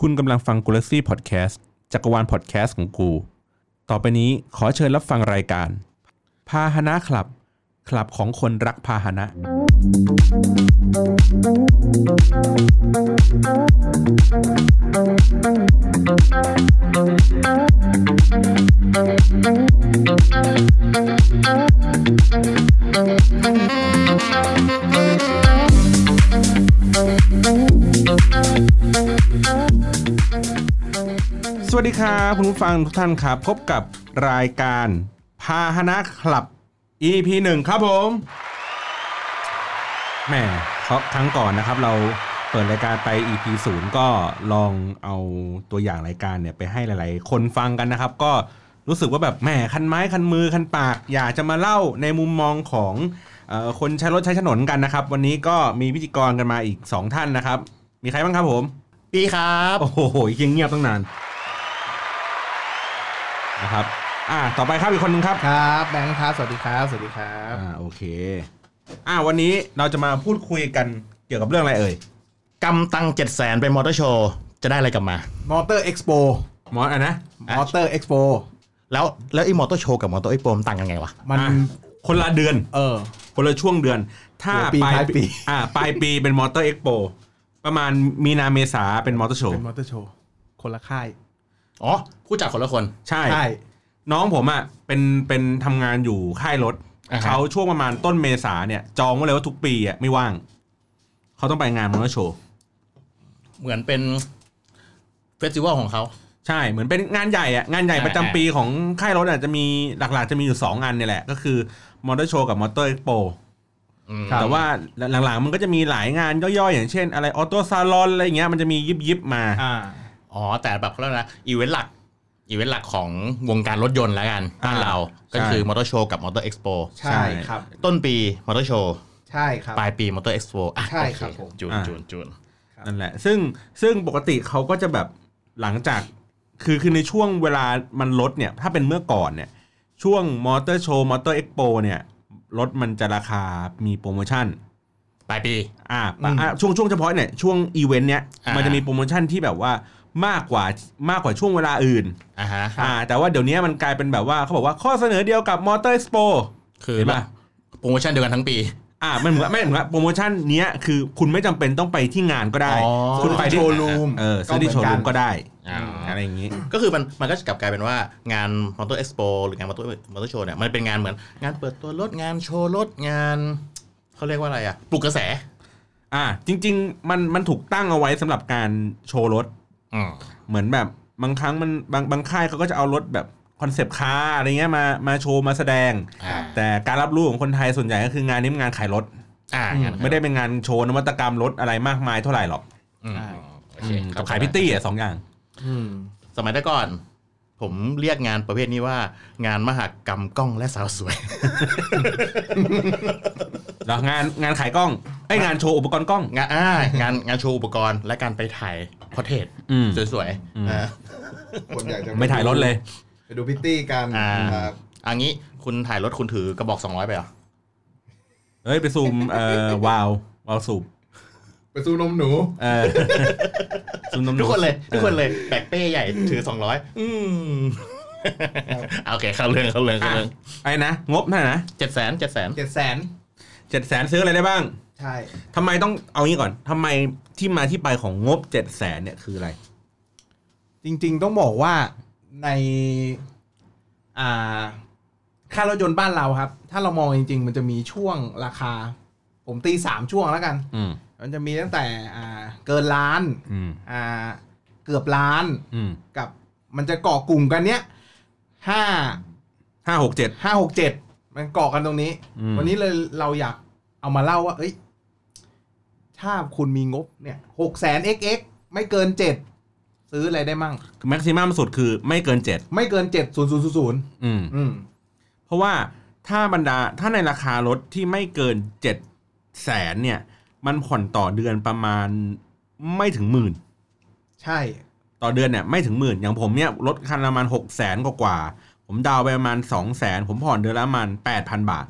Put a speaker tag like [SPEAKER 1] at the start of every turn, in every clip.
[SPEAKER 1] คุณกำลังฟังกูลักซี่พอดแคสต์จักรวาลพอดแคสต์ของกู ต่อไปนี้ขอเชิญรับฟังรายการ พาหนะคลับ คลับของคนรักพาหนะ สวัสดีครับคุณผู้ฟังทุกท่านครับ พบกับรายการพาหนะคลับ EP หนึ่งครับผมแหมครับครั้งก่อนนะครับ เราเปิดรายการไป EP ศูนย์ก็ลองเอาตัวอย่างรายการเนี่ยไปให้หลาย ๆ คนฟังกันนะครับ ก็รู้สึกว่าแบบแหมคันไม้คันมือคันปาก อยากจะมาเล่าในมุมมองของเออคนใช้รถใช้ถนนกันนะครับ วันนี้ก็มีพิธีกรกันมาอีกสองท่านนะครับ มีใครบ้างครับผม
[SPEAKER 2] ปีครับ
[SPEAKER 1] โอ้โหยังเงียบตั้งนานนะครับ อ่า ต่อไปครับอีกคนนึงครับ
[SPEAKER 2] ครับ แบงค์ครับ สวัสดีครับ สวัสดีครับ
[SPEAKER 1] อ่า โอเค อ่า วันนี้เราจะมาพูดคุยกันเกี่ยวกับเรื่องอะไรเอ่ย
[SPEAKER 2] กำตังเจ็ดแสนไปมอเตอร์โชว์จะได้อะไรกลับมา
[SPEAKER 3] มอเตอร์เอ็กซ์โป
[SPEAKER 1] หมออ่ะนะ
[SPEAKER 3] มอเตอร์เอ็กซ์โป
[SPEAKER 2] แล้วแล้วไอ้มอเตอร์โชว์กับมอเตอร์ไอ้โปรมนต่างกันไงวะ
[SPEAKER 3] มัน
[SPEAKER 1] อ่ะ คนละเดือน
[SPEAKER 3] เออ
[SPEAKER 1] คนละช่วงเดือน ถ้า
[SPEAKER 3] หัวปีท้ายปี
[SPEAKER 1] อ่า ปลายปีเป็นมอเตอร์เอ็กโป ประมาณมีนาเมษาเป็นมอเตอร์โช
[SPEAKER 3] เป็
[SPEAKER 1] ว์
[SPEAKER 3] นมอเตอร์โชว์ คนละค่าย
[SPEAKER 2] อ๋อคู่จัดคนละคน
[SPEAKER 1] ใช่
[SPEAKER 3] ใช่
[SPEAKER 1] น้องผมอ่ะ เป็น เป็นทำงานอยู่ค่ายรถ
[SPEAKER 2] อ่าฮะ
[SPEAKER 1] เขาช่วงประมาณต้นเมษาเนี่ย จองไว้เลยว่าทุกปีอ่ะไม่ว่าง เขาต้องไปงานมอเตอร์โชว์
[SPEAKER 2] เหมือนเป็นเฟสติวัลของเขา
[SPEAKER 1] ใช่ เหมือนเป็นงานใหญ่อะงานใหญ่
[SPEAKER 2] อ่า
[SPEAKER 1] ประจำปีของค่ายรถอะจะมีหลักๆ จะมีอยู่ 2 อันเนี่ยแหละ ก็คือมอเตอร์โชว์กับมอเตอร์เอ็กโป
[SPEAKER 2] อืม
[SPEAKER 1] แต่ว่าหลังๆ มันก็จะมีหลายงานย่อยๆ อย่างเช่น อะไรออโต้ซาลอนอะไรอย่างเงี้ยมันจะมียิบยิบๆมา
[SPEAKER 3] อ่า
[SPEAKER 2] อ๋อ แต่แบบเขาเรียกอะไรนะอีเวนต์หลัก อีเวนต์หลักของวงการรถยนต์แล้วกันบ้านเรา ก็
[SPEAKER 1] ใช่
[SPEAKER 2] คือมอเตอร์โชว์กับมอเตอร์เอ็กซ์โป
[SPEAKER 3] ใช่ครับ
[SPEAKER 2] ต้นปีมอเตอร์โชว์
[SPEAKER 3] ใช่ครับ
[SPEAKER 2] ปลายปีมอเตอร์เอ็กซ์โปอ่ะ
[SPEAKER 3] ใช่ครับ
[SPEAKER 2] โอเ
[SPEAKER 3] ผม
[SPEAKER 2] จูน
[SPEAKER 1] อ่า
[SPEAKER 2] จูนจูน
[SPEAKER 1] นั่นแหละ ซึ่งซึ่งปกติเขาก็จะแบบหลังจาก คือคือในช่วงเวลามันลดเนี่ย ถ้าเป็นเมื่อก่อนเนี่ย ช่วงมอเตอร์โชว์มอเตอร์เอ็กโปเนี่ยรถมันจะราคามีโปรโมชั่น
[SPEAKER 2] ปลายปี
[SPEAKER 1] อ่า
[SPEAKER 3] อืม
[SPEAKER 1] อ่าช่วงช่วงเฉพาะเนี่ยช่วงอีเวนต์เนี้ย
[SPEAKER 2] อ่ามั
[SPEAKER 1] มันจะมีโปรโมชั่นที่แบบว่ามากกว่ามากกว่าช่วงเวลาอื่น
[SPEAKER 2] อ่ะฮะ
[SPEAKER 1] อ่าแต่ว่าเดี๋ยวนี้มันกลายเป็นแบบว่าเขาบอกว่าข้อเสนอเดียวกับมอเตอร์ p โป
[SPEAKER 2] คือ
[SPEAKER 1] เห็นป่ะ
[SPEAKER 2] โปรโมชั่นเดียวกันทั้งปี
[SPEAKER 1] อ่ามันเหมือนไม่เหมือนว่าโปรโมชั่นเนี้ยคือคุณไม่จำเป็นต้องไปที่งานก็ได้
[SPEAKER 2] อ๋อ
[SPEAKER 1] คุณไป
[SPEAKER 3] ไป
[SPEAKER 1] ที่
[SPEAKER 3] โชว์รูม
[SPEAKER 1] เออซื้อที่โชว์รูมก็ได้
[SPEAKER 2] อ่า
[SPEAKER 1] อะไรอย่างงี้
[SPEAKER 2] ก็คือมันมันก็จะกลับกลายเป็นว่างานมอเตอร์เอ็กซ์โปหรืองานมอเตอร์มอเตอร์โชว์เนี่ยมันเป็นงานเหมือนงานเปิดตัวรถงานโชว์รถงานเขาเรียกว่าอะไรอ่ะปลุกกระแส
[SPEAKER 1] อ่าจริง ๆ มันมันถูกตั้งเอาไว้สำหรับการโชว์รถ
[SPEAKER 2] อืม
[SPEAKER 1] เหมือนแบบบางครั้งมันบางบางค่ายเขาก็จะเอารถแบบคอนเซปต์คาร์อะไรเงี้ยมามาโชว์มาแสดง
[SPEAKER 2] อ่า
[SPEAKER 1] แต่การรับรู้ของคนไทยส่วนใหญ่ก็คืองานนี้มันงานขายรถ
[SPEAKER 2] อ่า
[SPEAKER 1] ไม่ได้เป็นงานโชว์นวัตกรรมรถอะไรมากมายเท่าไหร่หรอก
[SPEAKER 2] อืมโอเค
[SPEAKER 1] อืมกับขาย
[SPEAKER 2] เข้
[SPEAKER 1] พิต
[SPEAKER 2] ใจ
[SPEAKER 1] ตี้อะสองอย่าง
[SPEAKER 3] อืม
[SPEAKER 2] สมัยแต่ก่อน ผมเรียกงานประเภทนี้ว่า งานมหกรรมกล้องและสาวสวย
[SPEAKER 1] แล้วงานงานขายกล้องไอยงานโชว์อุปกรณ์กล้อง
[SPEAKER 2] งานอ่างานงานโชว์อุปกรณ์และการไปถ่ายพอเทส
[SPEAKER 1] อืม
[SPEAKER 2] สวย
[SPEAKER 1] อืม
[SPEAKER 2] ๆอ่า
[SPEAKER 4] คนอยากจะ
[SPEAKER 1] ไม่ถ่ายรถเลย
[SPEAKER 4] ไปดูพิตตี้กัน
[SPEAKER 2] อ่า
[SPEAKER 4] ครับ
[SPEAKER 2] อันนี้คุณถ่ายรถคุณถือกระบอก 200 ไปเหรอ
[SPEAKER 1] เอ้ย ไปซูม เอ่อวาววาวสูบ
[SPEAKER 4] ไปสู้นมหนู
[SPEAKER 1] เออซูมนมห
[SPEAKER 2] ทุกคนเลยทุกคนเลยแบกเป้ใหญ่ถือ 200 อืมโอเคเข้าเรื่องเข้าเรื่องเข้า
[SPEAKER 1] อ่ะ
[SPEAKER 2] เรื่อง
[SPEAKER 1] ไอ้นะงบเท่าไหร่นะ
[SPEAKER 2] จ็ดแสนเจ็ดแสน
[SPEAKER 3] เจ็ดแสน
[SPEAKER 1] เจ็ดแสนซื้ออะไรได้บ้าง
[SPEAKER 3] ใช่
[SPEAKER 1] ทำไมต้องเอางี้ก่อนทำไมที่มาที่ไปของงบเจ็ดแสนเนี่ยคืออะไร
[SPEAKER 3] จริงๆต้องบอกว่าในอ่าค่ารถยนต์บ้านเราครับ ถ้าเรามองจริง ๆ มันจะมีช่วงราคา ผมตีสามช่วงแล้วกัน
[SPEAKER 1] อืม
[SPEAKER 3] มันจะมีตั้งแต่อ่าเกินล้าน
[SPEAKER 1] อืม
[SPEAKER 3] อ่าเกือบล้าน
[SPEAKER 1] อืม
[SPEAKER 3] กับมันจะเกาะกลุ่มกันเนี้ยห้า
[SPEAKER 1] ห้าหกเจ็ด
[SPEAKER 3] ห้าหกเจ็ดมันเกาะกันตรงนี้
[SPEAKER 1] อืม
[SPEAKER 3] วันนี้เลยเราอยากเอามาเล่าว่า เอ้ย ถ้าคุณมีงบเนี่ยหกแสน xx ไม่เกินเจ็ดซื้ออะไรได้มั่ง
[SPEAKER 1] แม็กซิมัมสุดคือไม่เกินเจ็ด
[SPEAKER 3] ไม่เกินเจ็ดศูนย์ศูนย์ศูนย์
[SPEAKER 1] อืม
[SPEAKER 3] อืม
[SPEAKER 1] เพราะว่าถ้าบรรดาถ้าในราคารถที่ไม่เกินเจ็ดแสนเนี่ย มันผ่อนต่อเดือนประมาณไม่ถึงหมื่น
[SPEAKER 3] ใช่
[SPEAKER 1] ต่อเดือนเนี่ยไม่ถึงหมื่น อย่างผมเนี่ยรถคันละประมาณหกแสนกว่าๆผมดาวน์ไปประมาณสองแสนผมผ่อนเดือนละประมาณแปดพันบาท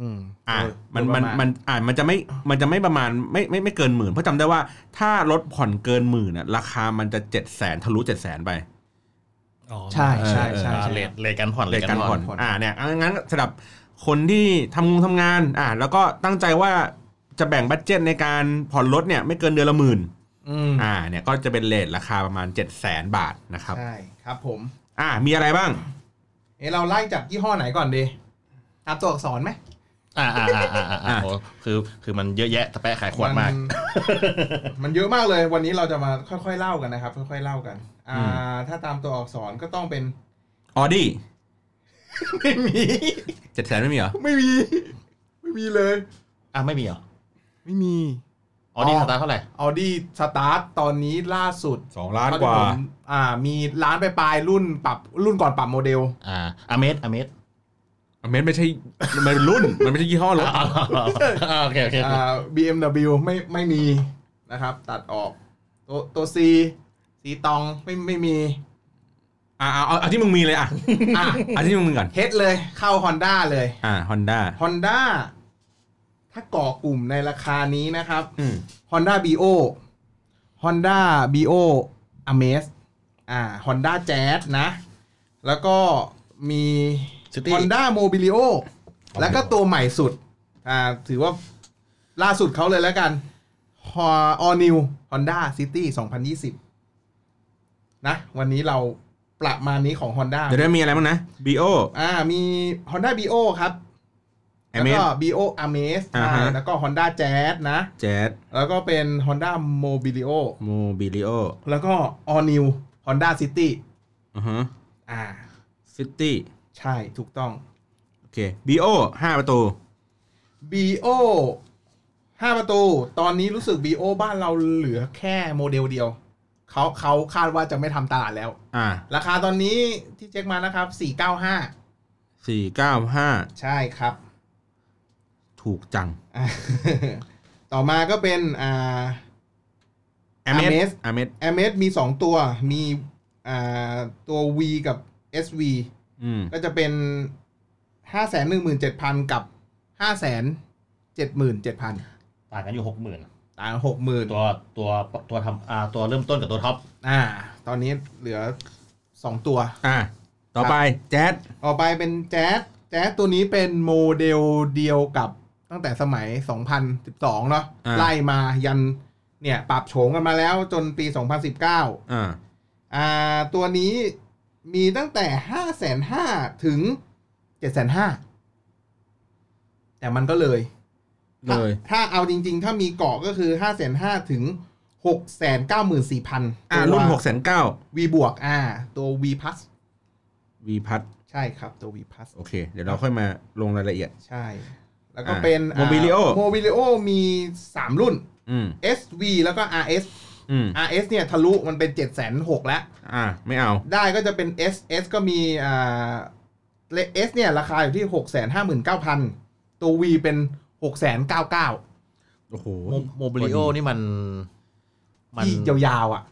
[SPEAKER 3] อืม
[SPEAKER 1] อ่ะ
[SPEAKER 3] โดย
[SPEAKER 1] มัน
[SPEAKER 3] โดย
[SPEAKER 1] มัน
[SPEAKER 3] ประาณ
[SPEAKER 1] มันอ่ะมันจะไม่มันจะไม่ประมาณไม่ไม่ไม่เกินหมื่นเพราะจำได้ว่าถ้ารถผ่อนเกินหมื่นอ่ะราคามันจะเจ็ดแสนทะลุเจ็ดแสนไป
[SPEAKER 5] อ๋อ
[SPEAKER 3] ใช่ใช่ใช่
[SPEAKER 2] อ่า
[SPEAKER 3] ใช่
[SPEAKER 2] เลทเลทการผ่อน
[SPEAKER 1] เลทการผ่อน
[SPEAKER 3] ผ่อน
[SPEAKER 1] อ่าเนี่ยอ่ะงั้นสำหรับคนที่ทำงงทำงานอ่าแล้วก็ตั้งใจว่าจะแบ่งบัตเจ็ตในการผ่อนรถเนี่ยไม่เกินเดือนละหมื่น
[SPEAKER 3] อืม
[SPEAKER 1] อ่าเนี่ยก็จะเป็นเลทราคาประมาณ 7 0 0 0 0 0 บาทนะครับ
[SPEAKER 3] ใช่ครับผม
[SPEAKER 1] อ่ามีอะไรบ้าง
[SPEAKER 3] เอะเราไล่จากยี่ห้อไหนก่อนดีตามตัวอักษรไหม
[SPEAKER 2] อ่าอ่าอ่าอ่าอ่าอ่าโอ้คือคือมันเยอะแยะตะแปะขายขวดมาก
[SPEAKER 3] มัน เยอะมากเลย วันนี้เราจะมาค่อยๆเล่ากันนะครับ ค่อยๆเล่ากัน อ่า
[SPEAKER 1] อื
[SPEAKER 3] ถ้าตามตัวอักษรก็ต้องเป็น
[SPEAKER 1] ออดี้
[SPEAKER 3] ไม่มี
[SPEAKER 1] เจ็ดแสนไม่มีเหรอ
[SPEAKER 3] ไม่มี ไม่มีเลย
[SPEAKER 2] อ่ะไม่มีเหรอ
[SPEAKER 3] ไม่มี
[SPEAKER 2] อ๋อนี่
[SPEAKER 3] อ๋อ
[SPEAKER 2] สตาร์ทเท่าไหร่
[SPEAKER 3] a u d i สตาร์ทตอนนี้ล่าสุด
[SPEAKER 1] สองล้านกว่า
[SPEAKER 3] เท่ที่ผมอ่า มีล้านไปปลายๆรุ่นปรับรุ่นก่อนปรับโมเดล
[SPEAKER 2] อ่าอเมสอเมส
[SPEAKER 1] อเมนไม่ใช่มันเป็นรุ่น มันไม่ใช่ยี่ห้อรถ
[SPEAKER 2] อ๋ออ๋อโอเคโอเคโอเค
[SPEAKER 3] อ่า BMW ไม่ไม่มีนะครับ ตัดออก ตัวตัวซีสีตองไม่ไม่มี
[SPEAKER 1] อ่าเอาเอาเอาที่มึงมี เลยอ่ะ
[SPEAKER 3] อ่ะ
[SPEAKER 1] เอาที่มึงมีก่อน
[SPEAKER 3] เฮดเลยเข้า Honda เลย
[SPEAKER 1] อ่าฮอนด้า
[SPEAKER 3] Honda ถ้าก่อกลุ่มในราคานี้นะครับ
[SPEAKER 1] อืม
[SPEAKER 3] Honda BO Honda BO Amaze อ่า Honda Jazz นะ แล้วก็มี
[SPEAKER 2] City
[SPEAKER 3] Honda Mobilio แล้วก็ตัวใหม่สุด อ่า ถือว่าล่าสุดเขาเลยแล้วกัน Ho- All New Honda City 2020 นะ วันนี้เราประมาณนี้ของ Honda
[SPEAKER 1] เดี๋ยวได้มีอะไรบ้างนะบีโอ
[SPEAKER 3] อ่า มี Honda BO ครับ
[SPEAKER 1] เอ
[SPEAKER 3] แล้ว
[SPEAKER 1] เม
[SPEAKER 3] ก็ BO Amaze
[SPEAKER 1] อ่า
[SPEAKER 3] ใช่
[SPEAKER 1] ฮะ
[SPEAKER 3] แล้วก็ Honda Jazz นะ
[SPEAKER 1] เจ็ด
[SPEAKER 3] แล้วก็เป็น Honda Mobilio
[SPEAKER 1] โมบิลิโอ
[SPEAKER 3] แล้วก็ All New Honda City
[SPEAKER 1] อือฮะ
[SPEAKER 3] อ่า
[SPEAKER 1] ซิตี้
[SPEAKER 3] ใช่ถูกต้อง
[SPEAKER 1] โอเคบีโอห้าประตู
[SPEAKER 3] BO 5 ประตู ตอนนี้รู้สึก BO บ้านเราเหลือแค่โมเดลเดียว เขาเขาคาดว่าจะไม่ทำตลาดแล้ว
[SPEAKER 1] อ่า
[SPEAKER 3] ราคาตอนนี้ที่เช็คมานะครับ 495
[SPEAKER 1] สี่เก้าห้า
[SPEAKER 3] ใช่ครับ
[SPEAKER 1] ถูกจัง
[SPEAKER 3] อ่า ต่อมาก็เป็นอ่า
[SPEAKER 1] เอเม
[SPEAKER 3] Ames
[SPEAKER 1] สเอเมส
[SPEAKER 3] a m เมมี 2 ตัว มีอ่าตัว V กับ SV
[SPEAKER 1] อืม
[SPEAKER 3] ก็จะเป็นห้าแสนหนึ่งหมื่นเจ็ดพันกับห้าแสนเจ็ดหมื่นเจ็ดพัน
[SPEAKER 2] ต่างกันอยู่หกหมื่น
[SPEAKER 3] ต่างหกหมื่น
[SPEAKER 2] ตัวตัวตัวทำอ่าตัวเริ่มต้นกับตัวท็อป
[SPEAKER 3] อ่า ตอนนี้เหลือสองตัว
[SPEAKER 1] อ่าต่อไปแจ๊ด
[SPEAKER 3] ต่อไปเป็นแจ๊สแจ๊สตัวนี้เป็นโมเดลเดียวกับตั้งแต่สมัย 2012 เนาะ
[SPEAKER 1] า
[SPEAKER 3] ไล่มายันเนี่ยปรับโฉงกันมาแล้วจนปี 2019
[SPEAKER 1] อ่า
[SPEAKER 3] อ่า ตัวนี้มีตั้งแต่ 5,500ถึง 7,500แต่มันก็เลย
[SPEAKER 1] เลย
[SPEAKER 3] ถ้าเอาจริง ๆ ถ้ามีเกาะก็คือ 5 5 0 0 0ถึง 6 9 4 0 0 0
[SPEAKER 1] อ่ารุ่นหกแสนเก้า
[SPEAKER 3] 6 V บวกอ่า ตัว V plus
[SPEAKER 1] วีพัท
[SPEAKER 3] ใช่ครับ ตัว V plus
[SPEAKER 1] โอเค เดี๋ยวเราค่อยมาลงรายละเอียด
[SPEAKER 3] ใช่ แล้วก็
[SPEAKER 1] อ่า
[SPEAKER 3] เป็น
[SPEAKER 1] Mobilio
[SPEAKER 3] โมบิลิโอมี 3 รุ่น
[SPEAKER 1] อืม
[SPEAKER 3] SV แล้วก็ RS
[SPEAKER 1] อืม
[SPEAKER 3] RS เนี่ย ทะลุมันเป็น 7 6 0 0 0แล้ว
[SPEAKER 1] อ่าไม่เอา
[SPEAKER 3] ได้ก็จะเป็น S S ก็มีอ่าเลเอสเนี่ย ราคาอยู่ที่ 6 5 9 0 0 0 ตัว V เป็น 6 9 9 0
[SPEAKER 1] โอ้โห
[SPEAKER 2] โมบิลิโอนี่มัน
[SPEAKER 3] 0
[SPEAKER 2] มัน
[SPEAKER 3] ที่ยาวๆอ่ะ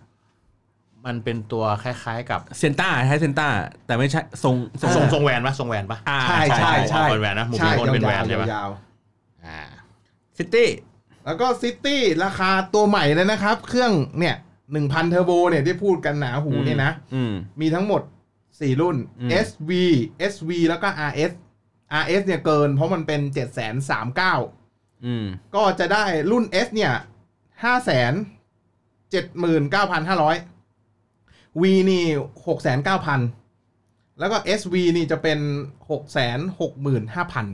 [SPEAKER 2] มันเป็นตัวคล้ายๆกับ
[SPEAKER 1] เซนต้าใช้เซนต้าแต่ไม่ใช่ทรงทรง
[SPEAKER 2] ท
[SPEAKER 1] ท
[SPEAKER 2] ร
[SPEAKER 1] รง ง
[SPEAKER 2] ทรงแหวนปะทรงแหวนปะ
[SPEAKER 1] อ่า
[SPEAKER 3] ใช่ใช่ใช่
[SPEAKER 2] เป็นแหวนนะโมบิ
[SPEAKER 3] ใช่
[SPEAKER 2] ลิโอเป็นแหวน
[SPEAKER 3] ยาวๆ
[SPEAKER 2] ใช่ปะ
[SPEAKER 3] ยาว
[SPEAKER 2] อ่า
[SPEAKER 1] ซิตี้
[SPEAKER 3] ๆแล้วก็ซิตี้ราคาตัวใหม่เลยนะครับ เครื่องเนี่ยหนึ่งพันเทอร์โบเนี่ยที่พูดกันหนาหูเนี่ยนะ
[SPEAKER 1] อืม
[SPEAKER 3] มีทั้งหมด 4 รุ่น
[SPEAKER 1] อืม
[SPEAKER 3] SV SV แล้วก็ RS RS เนี่ยเกินเพราะมันเป็น 7 3 9
[SPEAKER 1] อืม
[SPEAKER 3] ก็จะได้รุ่น S เนี่ยห้าแสนเจ็ดหมื่นเก้าพันห้าร้อย V นี่หกแสนเก้าพันแล้วก็ SV นี่จะเป็นหกแสนหกหมื่นห้าพัน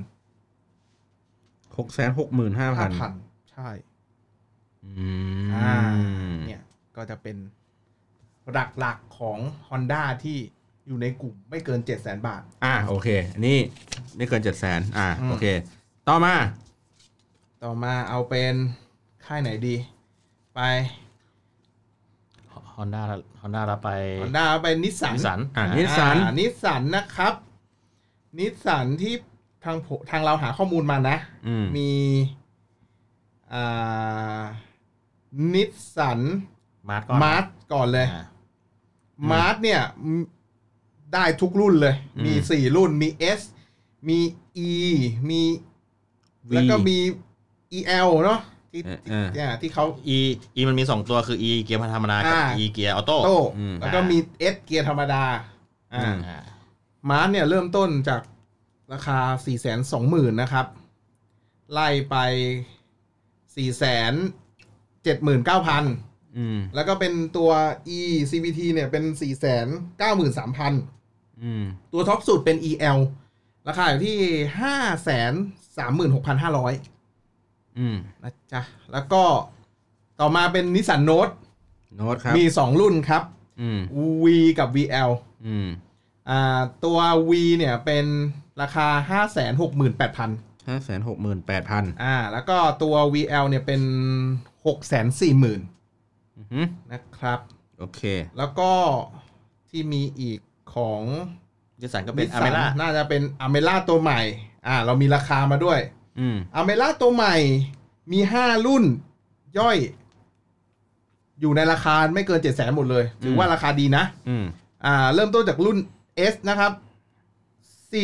[SPEAKER 1] หกแสนหกหมื่นห้าพั
[SPEAKER 3] ห้าน พันใช่
[SPEAKER 1] อืม
[SPEAKER 3] อ่า เนี่ยก็จะเป็นหลักๆของ Honda ที่อยู่ในกลุ่มไม่เกินเจ็ดแสนบาท
[SPEAKER 1] อ่าโอเคอันนี่ไม่เกินเจ็ดแสนอ่า
[SPEAKER 3] อืม
[SPEAKER 1] โอเค ต่อมา
[SPEAKER 3] ต่อมาเอาเป็นค่ายไหนดี ไป
[SPEAKER 2] ฮอนด้าฮอนด้ารับไป
[SPEAKER 3] Honda ไปนิสสัน
[SPEAKER 2] นิสสัน
[SPEAKER 1] อ่า
[SPEAKER 2] นิส
[SPEAKER 1] Nissan
[SPEAKER 3] อ่านิสสันนะครับ นิสสันที่ทางผมทางเราหาข้อมูลมานะ
[SPEAKER 1] อืม
[SPEAKER 3] มีอ่านิสสัน
[SPEAKER 2] มาร์ทก่อน
[SPEAKER 3] มาร์ทก่อนเลย
[SPEAKER 2] อ่า
[SPEAKER 3] มาร์ทเนี่ยมได้ทุกรุ่นเลย มี 4 รุ่นมี S มี E มี
[SPEAKER 1] V
[SPEAKER 4] แล้วก็มี EL เนาะที่ที่
[SPEAKER 1] เออเออ
[SPEAKER 4] เนี่ยที่เขา
[SPEAKER 2] E E มันมี 2 ตัวคือ E เกียร์ธรรมดากับ
[SPEAKER 4] อ่า
[SPEAKER 2] E เกียร์ออโต้
[SPEAKER 4] โต้
[SPEAKER 1] อืม
[SPEAKER 4] แล้วก็มี S เกียร์ธรรมดาอ่า
[SPEAKER 1] อืม
[SPEAKER 2] อ่า
[SPEAKER 4] มา
[SPEAKER 3] มา
[SPEAKER 4] ร์
[SPEAKER 3] ร์
[SPEAKER 4] ท
[SPEAKER 3] ท
[SPEAKER 4] เนี่ย
[SPEAKER 3] เนี่ยเริ่มต้นจากราคา 4 2 0 0 0 0 นะครับ ไล่ไป 4 7 9 0 0 0
[SPEAKER 1] อืม
[SPEAKER 3] แล้วก็เป็นตัว e cbt เนี่ยเป็น 4 9 3 0 0 0
[SPEAKER 1] อืม
[SPEAKER 3] ตัวท็อปสุดเป็น el ราคาอยู่ที่ 5 3 6 5 0 0
[SPEAKER 1] อืม
[SPEAKER 3] นะจ๊ะ แล้วก็ต่อมาเป็นนิสสันโนต
[SPEAKER 1] โน้ตครับ
[SPEAKER 3] มี 2 รุ่นครับ
[SPEAKER 1] อืม
[SPEAKER 3] v กับ vl
[SPEAKER 1] อืม
[SPEAKER 3] อ่าตัว v เนี่ยเป็นราคา 5 6 8 0 0 0
[SPEAKER 1] ห้าแสนหกหมื่นแปดพัน
[SPEAKER 3] อ่าแล้วก็ตัว vl เนี่ยเป็น 6 4 0 0 0 0นะครับ
[SPEAKER 1] โอเค
[SPEAKER 3] แล้วก็ที่มีอีกของ
[SPEAKER 2] ดิสันก็เป็น
[SPEAKER 3] นิส
[SPEAKER 2] อา
[SPEAKER 3] สั
[SPEAKER 2] เมล่า
[SPEAKER 3] น่าจะเป็นอเมล่าตัวใหม่ อ่า เรามีราคามาด้วย
[SPEAKER 1] อืม
[SPEAKER 3] อเมล่าตัวใหม่มี 5 รุ่นย่อย อยู่ในราคาไม่เกิน 7 0 0 0 0หมดเลย ถือว่าราคาดีนะ
[SPEAKER 1] อืม
[SPEAKER 3] อ่า เริ่มต้นจากรุ่น S นะครับ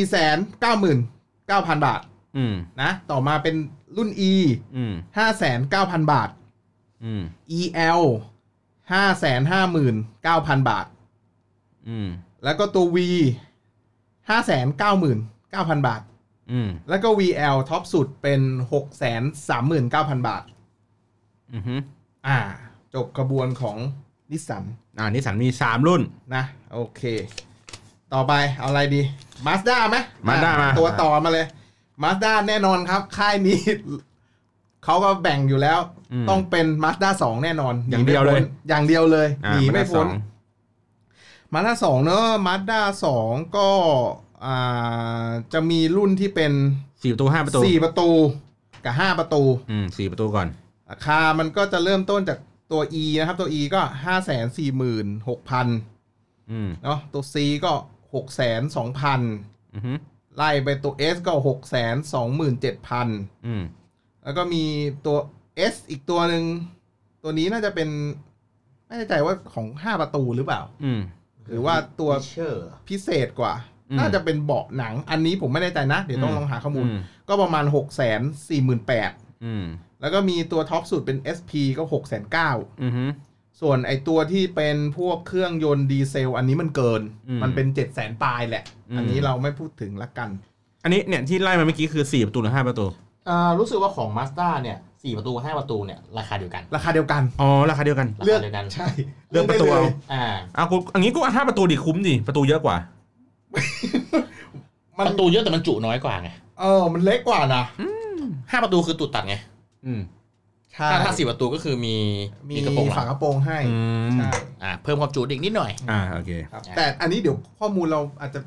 [SPEAKER 3] 499,000 บาท
[SPEAKER 1] อืม
[SPEAKER 3] นะ ต่อมาเป็นรุ่น E
[SPEAKER 1] อืม
[SPEAKER 3] 5,900 บาท
[SPEAKER 1] อืม
[SPEAKER 3] EL 5,59,000 บาท
[SPEAKER 1] อืม
[SPEAKER 3] แล้วก็ตัว V 5,99,000 บาท
[SPEAKER 1] อืม
[SPEAKER 3] แล้วก็ VL ท็อปสุดเป็น 6 3 9 0 0 0 บาท
[SPEAKER 1] อืม
[SPEAKER 3] อ่า จบกระบวนของนิสสัน
[SPEAKER 1] อ่านิสสันมีสามรุ่น
[SPEAKER 3] นะ โอเค ต่อไปเอาอะไรดีมาสด้าไหม
[SPEAKER 1] Mazda มา
[SPEAKER 3] ตัวต่อมาเลยมาสด้าแน่นอนครับ ค่ายนี้ เขาก็แบ่งอยู่แล้ว
[SPEAKER 1] อืม
[SPEAKER 3] ต้องเป็นมาสด้าสองแน่นอน
[SPEAKER 1] อย่างเดียว
[SPEAKER 3] หนีไม่
[SPEAKER 1] เลย
[SPEAKER 3] พ้นอย่างเดียวเลย
[SPEAKER 1] อ่า
[SPEAKER 3] หนีไม่
[SPEAKER 1] าส
[SPEAKER 3] พ้น
[SPEAKER 1] อง
[SPEAKER 3] มาด้าสองเนอะมาด้าสองก็อ่าจะมีรุ่นที่เป็น
[SPEAKER 1] สี่ประตูห้าประตู
[SPEAKER 3] สี่ประตูกับห้าประตู
[SPEAKER 1] อืมสี่ประตูก่อน
[SPEAKER 3] ราคา มันก็จะเริ่มต้นจากตัว E นะครับ ตัว E ก็ 5 4 6 0 0
[SPEAKER 1] อืม
[SPEAKER 3] 0เนาะ ตัว C ก็ 6 2 0 0
[SPEAKER 1] อือหือ
[SPEAKER 3] 0 ไล่ไปตัว S ก็ 6 2 7 0 0
[SPEAKER 1] อืม
[SPEAKER 3] 0 แล้วก็มีตัว S อีกตัวหนึ่ง ตัวนี้น่าจะเป็น ไม่แน่ใจว่าของ 5 ประตูหรือเปล่า
[SPEAKER 1] อืม
[SPEAKER 3] หรือว่าตัว
[SPEAKER 2] เชอร์
[SPEAKER 3] พิเศษกว่า
[SPEAKER 1] อืม
[SPEAKER 3] น่าจะเป็นเบาะหนัง อันนี้ผมไม่แน่ใจนะ เดี๋ยวต้อง
[SPEAKER 1] อืม
[SPEAKER 3] ลองหาข้อมูล
[SPEAKER 1] อืม
[SPEAKER 3] ก็ประมาณ 6 4 4 8 0 0
[SPEAKER 1] อืม
[SPEAKER 3] แล้วก็มีตัวท็อปสุดเป็น SP ก็ 6 9 0 0 0
[SPEAKER 1] อือหือ
[SPEAKER 3] ส่วนไอตัวที่เป็นพวกเครื่องยนต์ดีเซล อันนี้มันเกิน
[SPEAKER 1] อืม
[SPEAKER 3] มันเป็นเจ็ดแสนปลายแหละ
[SPEAKER 1] อืม
[SPEAKER 3] อันนี้เราไม่พูดถึงละกัน
[SPEAKER 1] อันนี้เนี่ยที่ไล่มาเมื่อกี้คือสี่ประตูหรือห้าประตู
[SPEAKER 2] รู้สึกว่าของมาสด้าเนี่ยสี่ประตูห้าประตูเนี่ยราคาเดียวกัน
[SPEAKER 3] ราคาเดียวกัน
[SPEAKER 1] อ๋อราคาเดียวกัน
[SPEAKER 2] ราคาเดียวกัน
[SPEAKER 3] ใช่
[SPEAKER 1] เลือกประตู
[SPEAKER 3] ได้
[SPEAKER 1] เอา
[SPEAKER 3] ลย
[SPEAKER 2] อ่า
[SPEAKER 1] อ่ะกูอันนี้กูห้าประตูดิคุ้มดิประตูเยอะกว่า
[SPEAKER 3] มัน
[SPEAKER 2] ประตูเยอะแต่มันจุน้อยกว่าไง
[SPEAKER 3] เออ มันเล็กกว่านะ
[SPEAKER 2] ห้าประตูคือตูดตัดไง
[SPEAKER 1] อืม
[SPEAKER 3] ใช่
[SPEAKER 2] ถ้าถ้าสี่ประตูก็คือมี
[SPEAKER 3] มี
[SPEAKER 2] กระโปรงห
[SPEAKER 3] ฝา
[SPEAKER 2] ลัง
[SPEAKER 3] กระโปรงให้
[SPEAKER 1] อืม
[SPEAKER 3] ใช่
[SPEAKER 2] อ่าเพิ่มความจุอีกนิดหน่อย
[SPEAKER 1] อ่าโอเค
[SPEAKER 3] ครับ
[SPEAKER 2] ใช่
[SPEAKER 3] แต่อันนี้เดี๋ยวข้อมูลเราอาจจะ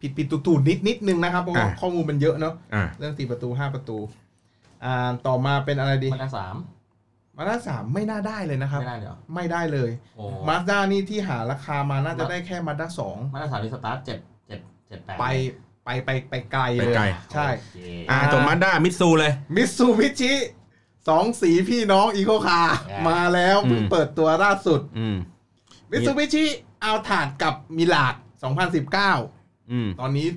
[SPEAKER 3] ผิดผิดๆตูดๆนิดนิดนึงนะครับ เพราะว่า
[SPEAKER 1] อ่ะ
[SPEAKER 3] ข้อมูลมันเยอะเนาะ
[SPEAKER 1] อ่า
[SPEAKER 3] เรื่องสี่ประตูห้าประตู อ่าต่อมาเป็นอะไรดี
[SPEAKER 2] มาสาม
[SPEAKER 3] มาด้าสามไม่น่าได้เลยนะครับ
[SPEAKER 2] ไม่ได้เดี๋ยว
[SPEAKER 3] ไม่ได้เลย
[SPEAKER 2] โอ้
[SPEAKER 3] มาสด้านี่ที่หาราคามาน่าจะได้แค่มาด้าสอง
[SPEAKER 2] มาสามนี่สตาร์ทเจ็ดเจ็ดเจ็ดแปด
[SPEAKER 3] ไปไปไปไปไกล
[SPEAKER 1] ไป
[SPEAKER 3] เลย
[SPEAKER 1] ไกล
[SPEAKER 3] ใช่
[SPEAKER 2] โอเค
[SPEAKER 1] อ่าจบมาด้ามิตซูเลย
[SPEAKER 3] มิตซูบิชิสองสีพี่น้องอีโคคาร์
[SPEAKER 2] ะ
[SPEAKER 3] มาแล้วเพิ่ง
[SPEAKER 1] อืม
[SPEAKER 3] เปิดตัวล่าสุด
[SPEAKER 1] อืม
[SPEAKER 3] มิตซูบิชิเอาถาดกับมิลาด2019
[SPEAKER 1] อืม
[SPEAKER 3] ตอนนี้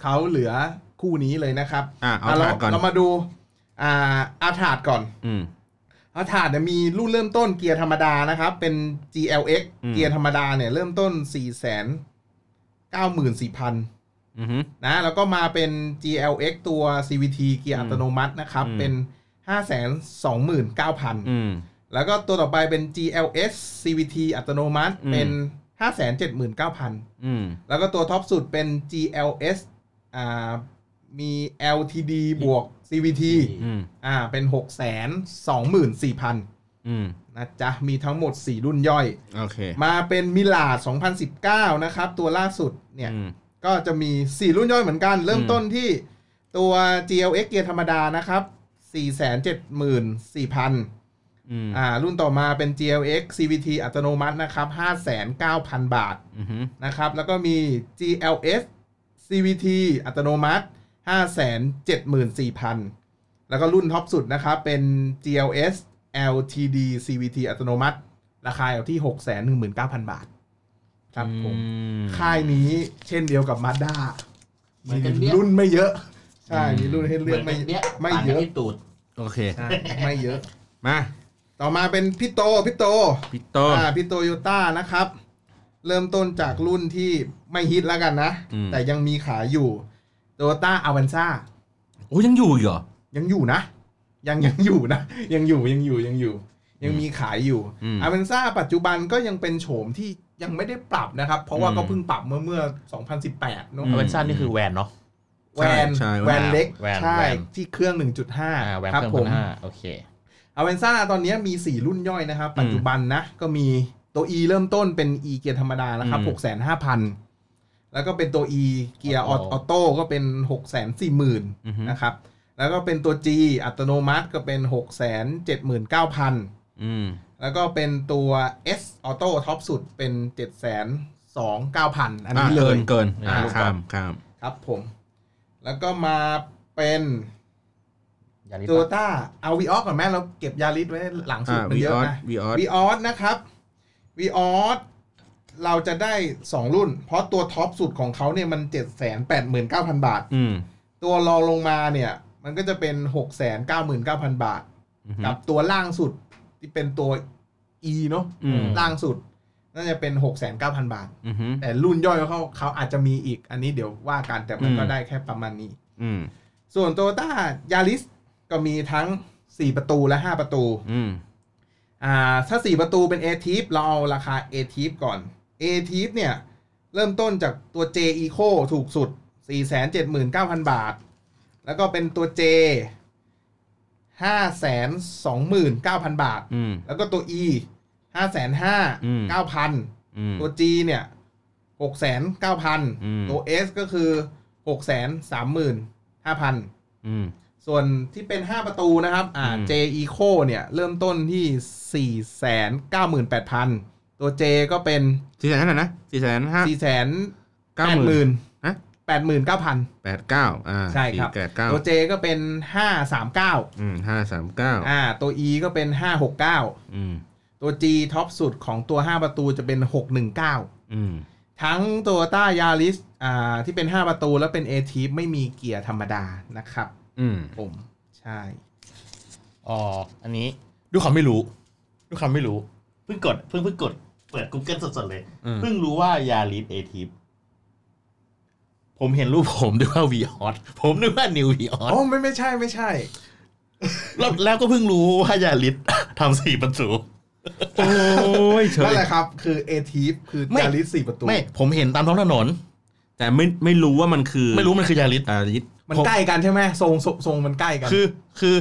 [SPEAKER 3] เขาเหลือคู่นี้เลยนะครับ
[SPEAKER 1] อ่าเอา
[SPEAKER 3] ะ
[SPEAKER 1] ถาดก่อน
[SPEAKER 3] เรามาดูอ่าเอาถาดก่อน
[SPEAKER 1] อืม
[SPEAKER 3] เอาถาดเนี่ยมีรุ่นเริ่มต้นเกียร์ธรรมดานะครับ เป็น GLX
[SPEAKER 1] อืม
[SPEAKER 3] เกียร์ธรรมดาเนี่ยเริ่มต้น 4 9 4 0 0 0
[SPEAKER 1] อือหือ
[SPEAKER 3] นะแล้วก็มาเป็น GLX ตัว CVT เกียร์อัตโนมัตินะครับ
[SPEAKER 1] อืม
[SPEAKER 3] เป็น 5 2 9 0 0
[SPEAKER 1] อืม
[SPEAKER 3] 0 แล้วก็ตัวต่อไปเป็น GLS CVT อัตโนมัติ
[SPEAKER 1] อืม
[SPEAKER 3] เป็น 5 7 9 0 0
[SPEAKER 1] อืม
[SPEAKER 3] 0 แล้วก็ตัวท็อปสุดเป็น GLS อ่ามี LTD บวก CVT
[SPEAKER 1] อืม
[SPEAKER 3] อ่าเป็น 6 2 4 0 0 0
[SPEAKER 1] อืม
[SPEAKER 3] นะจ๊ะ มีทั้งหมด 4 รุ่นย่อย
[SPEAKER 1] โอเค
[SPEAKER 3] มาเป็นมิลา2019 นะครับ ตัวล่าสุดเนี่ย
[SPEAKER 1] อืม
[SPEAKER 3] ก็จะมี 4 รุ่นย่อยเหมือนกัน เริ่ม
[SPEAKER 1] อืม
[SPEAKER 3] ต้นที่ตัว GLX เกียร์ธรรมดานะครับ 474,000
[SPEAKER 1] อืม
[SPEAKER 3] อ่า รุ่นต่อมาเป็น GLX CVT อัตโนมัตินะครับ 59,000 บาท
[SPEAKER 1] อือหือ
[SPEAKER 3] นะครับ แล้วก็มี GLS CVT อัตโนมัติ 574,000 แล้วก็รุ่นท็อปสุดนะครับ เป็น GLS LTD CVT อัตโนมัติ ราคาอยู่ที่ 619,000 บาท ครับผม
[SPEAKER 1] อืม
[SPEAKER 3] ค่ายนี้เช่นเดียวกับมาด้า
[SPEAKER 2] เหมือนกันเรียก
[SPEAKER 3] รุ่นไม่เยอะ ใช่มีรุ่นให้เลือกไม่
[SPEAKER 6] หนแบบเนี้ย
[SPEAKER 3] ไม่
[SPEAKER 6] ปาน
[SPEAKER 3] เย
[SPEAKER 6] กับ
[SPEAKER 3] อะ
[SPEAKER 6] ที่ตูด
[SPEAKER 1] โอเค
[SPEAKER 3] ใช่ไม่เยอะ
[SPEAKER 1] มา
[SPEAKER 3] ต่อมาเป็นพี่โตพี่โต
[SPEAKER 1] พิโต
[SPEAKER 3] อ่าพี่โตโยต้านะครับ เริ่มต้นจากรุ่นที่ไม่ฮิตแล้วกันนะ แต่ยังมีขายอยู่โตต้าอ v วันซ่า
[SPEAKER 1] โอ้ยังอยู่อีกเหรอ
[SPEAKER 3] ยังอยู่นะ ยังยังอยู่นะ ยังอยู่ยังอยู่ยังอยู่ ยังมีขายอยู่
[SPEAKER 1] อืม
[SPEAKER 3] อ v วันซ่าปัจจุบันก็ยังเป็นโฉมที่ยังไม่ได้ปรับนะครับ เพราะว่า
[SPEAKER 1] อืม
[SPEAKER 3] ก็เพิ่งปรับเมื่อเมื่อ 2018เนอะ
[SPEAKER 2] อเวนซ่านี่คือแวนเนาะ
[SPEAKER 3] แวน
[SPEAKER 1] ใช่ใช่
[SPEAKER 3] แวนเล็ก
[SPEAKER 2] แวน
[SPEAKER 3] ใช่
[SPEAKER 2] แวน
[SPEAKER 3] ที่เครื่อง
[SPEAKER 2] อ่าแวน
[SPEAKER 3] 1.5 ครั
[SPEAKER 2] เครื่อง
[SPEAKER 3] ผ
[SPEAKER 2] พั
[SPEAKER 3] ม
[SPEAKER 2] นห้าโอเค
[SPEAKER 3] อเวนซ่าตอนนี้มี 4 รุ่นย่อยนะครับ ปัจจุบันนะ ก็มีตัว E เริ่มต้นเป็น E เกียร์ธรรมดานะครับ
[SPEAKER 1] อืม
[SPEAKER 3] 65,000 แล้วก็เป็นตัว E เกียร์อ
[SPEAKER 2] ออโต้
[SPEAKER 3] อโต้ก็เป็น 640,000นะครับ แล้วก็เป็นตัว G อัตโนมัติก็เป็น 679,000
[SPEAKER 1] อืม
[SPEAKER 3] แล้วก็เป็นตัว S ออโต้ท็อปสุดเป็น 729,000 อันนี้เลย
[SPEAKER 1] เกิน
[SPEAKER 2] อ่า
[SPEAKER 1] อ่าข้ามข้าม
[SPEAKER 3] ครับผม แล้วก็มาเป็น
[SPEAKER 2] ยาริส
[SPEAKER 3] โตต้าเอาวีออสก่อนแม่เราเก็บยาริสไว้หลังสุด
[SPEAKER 1] อ่า
[SPEAKER 3] มัน
[SPEAKER 1] วี
[SPEAKER 3] เย
[SPEAKER 1] ออส
[SPEAKER 3] อะนะ
[SPEAKER 1] วีออส
[SPEAKER 3] วีออสนะครับวีออสเราจะได้ 2 รุ่น เพราะตัวท็อปสุดของเขาเนี่ยมัน 7 8 9 0 0 0 บาท
[SPEAKER 1] อืม
[SPEAKER 3] ตัวรองลงมาเนี่ย มันก็จะเป็น 6 9 9 0 0 0 บาท
[SPEAKER 1] อือฮึ
[SPEAKER 3] กับตัวล่างสุดที่เป็นตัว E เนอะ
[SPEAKER 1] อืม
[SPEAKER 3] ล่างสุด น่าจะเป็น 6 9 0 0 0 บาท
[SPEAKER 1] อือฮึ
[SPEAKER 3] แต่รุ่นย่อยเขาเขาอาจจะมีอีกอันนี้เดี๋ยวว่ากันแต่มันก็
[SPEAKER 1] อืม
[SPEAKER 3] ได้แค่ประมาณนี้
[SPEAKER 1] อืม
[SPEAKER 3] ส่วนโตต้ายาริสก็มีทั้ง 4 ประตูและ 5 ประตู
[SPEAKER 1] อืม
[SPEAKER 3] อ่า ถ้า 4 ประตูเป็น a t i p เราเอาราคา a t i p ก่อน a t i p เนี่ย เริ่มต้นจากตัว J Eco ถูกสุด 479,000 บาท แล้วก็เป็นตัว J 529,000 บาท
[SPEAKER 1] อืม
[SPEAKER 3] แล้วก็ตัว E
[SPEAKER 1] อืม
[SPEAKER 3] 559,000
[SPEAKER 1] อืม
[SPEAKER 3] ตัว G เนี่ย
[SPEAKER 1] อืม
[SPEAKER 3] 609,000 ตัว S ก็คือ 635,000
[SPEAKER 1] อืม
[SPEAKER 3] ส่วนที่เป็น 5 ประตูนะครับ อ่า
[SPEAKER 1] อืม
[SPEAKER 3] J Eco เนี่ย เริ่มต้นที่ 498,000 ตัว J ก็เป็น
[SPEAKER 1] สี่แสนเท่าไหร่นะสี่แสนห้า
[SPEAKER 3] 4 8
[SPEAKER 1] เก้าหมื่น
[SPEAKER 3] 0
[SPEAKER 1] ฮะ
[SPEAKER 3] 0 89,000
[SPEAKER 1] แปดเก้าอ่า
[SPEAKER 3] ใช่ครับ
[SPEAKER 1] สี่แปดเก้า
[SPEAKER 3] ตัว J ก็เป็น 539
[SPEAKER 1] อืมห้าสามเก้า
[SPEAKER 3] อ่า ตัว E ก็เป็น 569
[SPEAKER 1] อืม
[SPEAKER 3] ตัว G ท็อปสุดของตัว 5 ประตูจะเป็น 619
[SPEAKER 1] อืม
[SPEAKER 3] ทั้งตัวต้ายาริสอ่า ที่เป็น 5 ประตูแล้วเป็น a t ท p ไม่มีเกียร์ธรรมดานะครับ
[SPEAKER 1] อืม
[SPEAKER 3] ผม ใช่
[SPEAKER 2] อ๋ออันนี้ด้วยความไม่รู้ด้วยความไม่รู้เพิ่งกดเพิ่งเพิ่งกดเปิด Google สดๆเลย
[SPEAKER 1] อืม
[SPEAKER 2] เพิ่งรู้ว่ายาลิสเอทีฟผมเห็นรูปผมด้วยว่าวีออส ผมนึกว่านิววีออส
[SPEAKER 3] อ๋อ ไม่ไม่ใช่ไม่ใช่
[SPEAKER 2] แล้วแล้วก็เพิ่งรู้ว่ายาลิสทำสี่ประตู
[SPEAKER 1] โอ้ยเฉย
[SPEAKER 3] นั่นแหละครับ คือ a t ท p คือ
[SPEAKER 2] ไม่
[SPEAKER 3] จาริสสี่ประตู
[SPEAKER 2] ไม่ผมเห็นตามท้องถนน
[SPEAKER 1] แต่ไม่ไม่รู้ว่ามันคือ
[SPEAKER 2] ไม่รู้มันคือยาลิส
[SPEAKER 1] อ่ายึด
[SPEAKER 3] มันใกล้กันใช่ไหมทรงทรงทรงมันใกล้กัน
[SPEAKER 2] คือคือ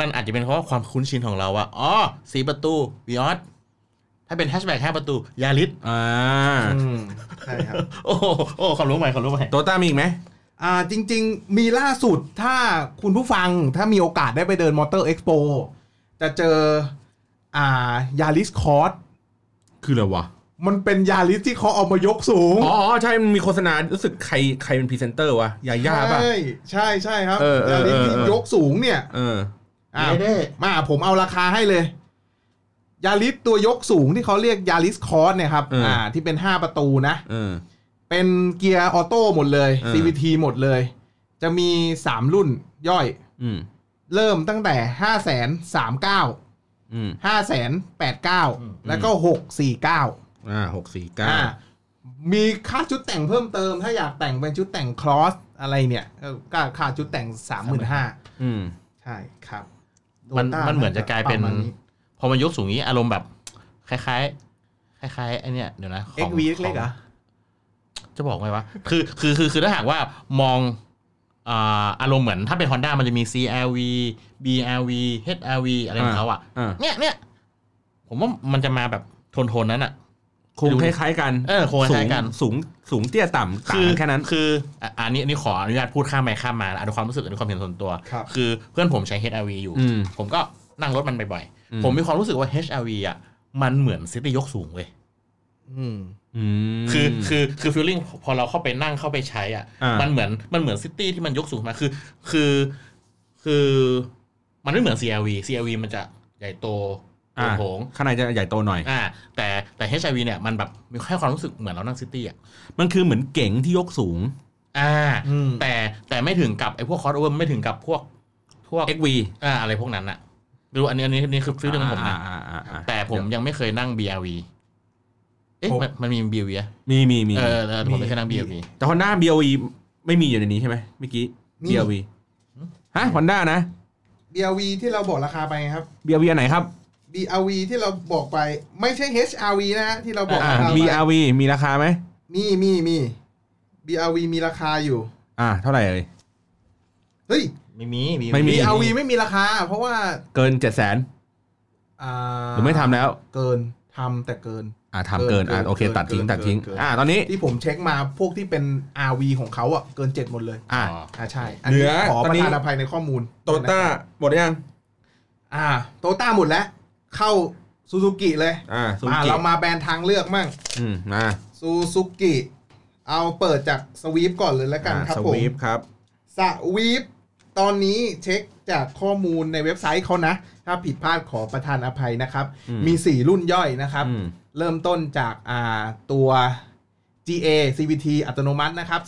[SPEAKER 2] มันอาจจะเป็นเพราะว่าความคุ้นชินของเราว่าอ๋อสี่ประตูวีออสถ้าเป็นแฮชแบ็กห้าประตูยาลิส
[SPEAKER 1] อ่า
[SPEAKER 3] อใช่ครับ
[SPEAKER 2] โอ้โหโอ้ความรู้ใหม่ความรู้ใหม่
[SPEAKER 1] โตต้ามีอีกไหม
[SPEAKER 3] อ่าจริง ๆ มีล่าสุดถ้าคุณผู้ฟังถ้ามีโอกาสได้ไปเดินมอเตอร์เอ็กซ์โปจะเจออ่ายาริสคอร์ส
[SPEAKER 1] คืออะไรวะ
[SPEAKER 3] มันเป็นยาริสที่เขาเอามายกสูง
[SPEAKER 1] อ๋ออ๋อใช่มันมีโฆษณา รู้สึกใครใครเป็นพรีเซนเตอร์วะ ยาย่าป่ะ
[SPEAKER 3] ใช่ใช่ใช่ครับ
[SPEAKER 1] เออเออย
[SPEAKER 3] าริส
[SPEAKER 1] เออ
[SPEAKER 3] ที่
[SPEAKER 1] เออ
[SPEAKER 3] ยกสูงเนี่ย
[SPEAKER 1] เออ
[SPEAKER 3] อ่า
[SPEAKER 2] เด้
[SPEAKER 3] มาผมเอาราคาให้เลย ยาริสตัวยกสูงที่เขาเรียกยาริสคอร์สเนี่ยครับ
[SPEAKER 1] เอออ่
[SPEAKER 3] ที่เป็น 5 ประตูนะ
[SPEAKER 1] เออ
[SPEAKER 3] เป็นเกียร์ออโต้หมดเลย
[SPEAKER 1] เออ
[SPEAKER 3] CVT หมดเลย จะมี 3 รุ่นย่อย
[SPEAKER 1] อืม
[SPEAKER 3] เริ่มตั้งแต่ 5 3 9
[SPEAKER 1] อืม
[SPEAKER 3] 5 8
[SPEAKER 2] ม
[SPEAKER 3] 9 แล้วก็ 6 4 9
[SPEAKER 1] อ่าหกสี่เก้า
[SPEAKER 3] อ่ามีค่าชุดแต่งเพิ่มเติม ถ้าอยากแต่งเป็นชุดแต่งคลอสอะไรเนี่ยก็ก็ค่าชุดแต่ง 35,000
[SPEAKER 1] อืม
[SPEAKER 3] ใช่ครับ
[SPEAKER 2] มัน
[SPEAKER 3] โดต้า
[SPEAKER 2] มันเหมือนจะกลายเป็น
[SPEAKER 3] ระมณ
[SPEAKER 2] พอมันยกสูงนี้อารมณ์แบบ คล้ายๆ คล้ายๆไอเนี่ยเดี๋ยวนะของ
[SPEAKER 3] XV เล็กๆเหรอ
[SPEAKER 2] จะบอกไงวะคือคือคือคือถ้าหากว่ามองอ่าอารมณ์เหมือนถ้าเป็น Honda มันจะมี CRV BRV HRV อะไรของเขาอ่ะ
[SPEAKER 1] อ่า
[SPEAKER 2] เนี่ยเนี่ยผมว่ามันจะมาแบบโทนๆนั้นอ่ะ
[SPEAKER 1] คงคล้ายๆกัน
[SPEAKER 2] เออคงคล้ายๆกัน
[SPEAKER 1] สูงสูงสูงเตี้ยต่ำต่างกันแค่นั้น
[SPEAKER 2] คืออ่ะอันนี้อันนี้ขออนุญาตพูดข้ามไปข้ามมานะอันนี้ความรู้สึกอันนี้ความเห็นส่วนตัว
[SPEAKER 3] ครับ
[SPEAKER 2] คือเพื่อนผมใช้ HRV อยู่
[SPEAKER 1] อืม
[SPEAKER 2] ผมก็นั่งรถมันบ่อย
[SPEAKER 1] อืม
[SPEAKER 2] ๆ ผมมีความรู้สึกว่า HRV อ่ะมันเหมือนซิตี้ยกสูงเว้ย
[SPEAKER 3] อืม
[SPEAKER 1] อืม
[SPEAKER 2] คือคือคือฟีลลิ่งพอเราเข้าไปนั่งเข้าไปใช้อ่ะ
[SPEAKER 1] อ่ามั
[SPEAKER 2] มันเหมือนมันเหมือนซิตี้ที่มันยกสูงมาคือ คือคือมันไม่เหมือน CRV CRV มันจะใหญ่โตโต
[SPEAKER 1] อ่า
[SPEAKER 2] โถง
[SPEAKER 1] ข้างในจะใหญ่โตหน่อย
[SPEAKER 2] อ่า แต่แต่ HIV เนี่ยมันแบบมีให้ความรู้สึกเหมือนเรานั่งซิตี้อ่ะ
[SPEAKER 1] มันคือเหมือนเก๋งที่ยกสูง
[SPEAKER 2] อ่า
[SPEAKER 7] อืม
[SPEAKER 2] แต่แต่ไม่ถึงกับไอ้พวกคอสโอเวอร์ไม่ถึงกับพวกพวก
[SPEAKER 1] XV
[SPEAKER 2] อ่าอะไรพวกนั้นอะไม่รู้อันนี้อันนี้อันนี้คือซื้อเรื่องของผมนะ
[SPEAKER 1] าอ่าอ่า
[SPEAKER 2] แต่ผมยังไม่เคยนั่ง BRV เอ๊ะมันมันมี BRV อะ
[SPEAKER 1] มีมีมี
[SPEAKER 2] เออเออผมไม่เคยนั่ง BRV
[SPEAKER 1] แต่ Honda BOE ไม่มีอยู่ในนี้ใช่ไหมเมื่อกี้
[SPEAKER 3] มี
[SPEAKER 1] BOV ฮะ Honda นะ
[SPEAKER 3] BRV ที่เราบอกราคาไปครับ
[SPEAKER 1] BOV อันไหนครับ
[SPEAKER 3] BRV ที่เราบอกไปไม่ใช่ HRV นะฮะที่เราบอก
[SPEAKER 1] อ่า
[SPEAKER 3] ราคาไป
[SPEAKER 1] BRV มีราคาไหม
[SPEAKER 3] มีมีมี BRV มีราคาอยู่
[SPEAKER 1] อ่า เท่าไหร่เอ่ย
[SPEAKER 3] เฮ้ย
[SPEAKER 2] ไม่มี
[SPEAKER 1] ไม่มี
[SPEAKER 3] BRV ไม่มีราคา เพราะว่า
[SPEAKER 1] เกินเจ็ดแสน
[SPEAKER 3] อ่า
[SPEAKER 1] หรือไม่ทำแล้ว
[SPEAKER 3] เกินทำแต่เกิน
[SPEAKER 1] อ่าทำเกิน
[SPEAKER 3] เกิน
[SPEAKER 1] อ่าโอเค
[SPEAKER 3] เกิน
[SPEAKER 1] ตัดทิ้ง
[SPEAKER 3] เกิน
[SPEAKER 1] ตัดทิ้ง
[SPEAKER 3] เกิน
[SPEAKER 1] อ่าตอนนี้
[SPEAKER 3] ที่ผมเช็คมาพวกที่เป็น RV ของเขาอ่ะเกินเจ็ดหมดเลย
[SPEAKER 1] อ่า
[SPEAKER 3] อ่าใช่
[SPEAKER 1] เหลือ
[SPEAKER 3] ขอ
[SPEAKER 1] ต
[SPEAKER 3] ป
[SPEAKER 1] อน
[SPEAKER 3] ระ
[SPEAKER 1] นี้
[SPEAKER 3] ทานอภัยในข้อมูล
[SPEAKER 1] โตต้าหมดยัง
[SPEAKER 3] อ่าโตต้าหมดแล้ว เข้าซูซูกิเลย
[SPEAKER 1] อ่าซู
[SPEAKER 3] อ่า
[SPEAKER 1] กิ
[SPEAKER 3] เรามาแบรนด์ทางเลือกมั่ง
[SPEAKER 1] อืมมา
[SPEAKER 3] ซูซูกิเอาเปิดจากสวีปก่อนเลยแล้วกัน
[SPEAKER 1] อ่า
[SPEAKER 3] ครับ
[SPEAKER 1] ส
[SPEAKER 3] ผม
[SPEAKER 1] วีปครับ
[SPEAKER 3] สวีปตอนนี้เช็คจากข้อมูลในเว็บไซต์เขานะ ถ้าผิดพลาดขอประทานอภัยนะครับ
[SPEAKER 1] อืม
[SPEAKER 3] มี 4 รุ่นย่อยนะครับ
[SPEAKER 1] อืม
[SPEAKER 3] เริ่มต้นจากอ่าตัว GA CVT อัตโนมัตินะครับ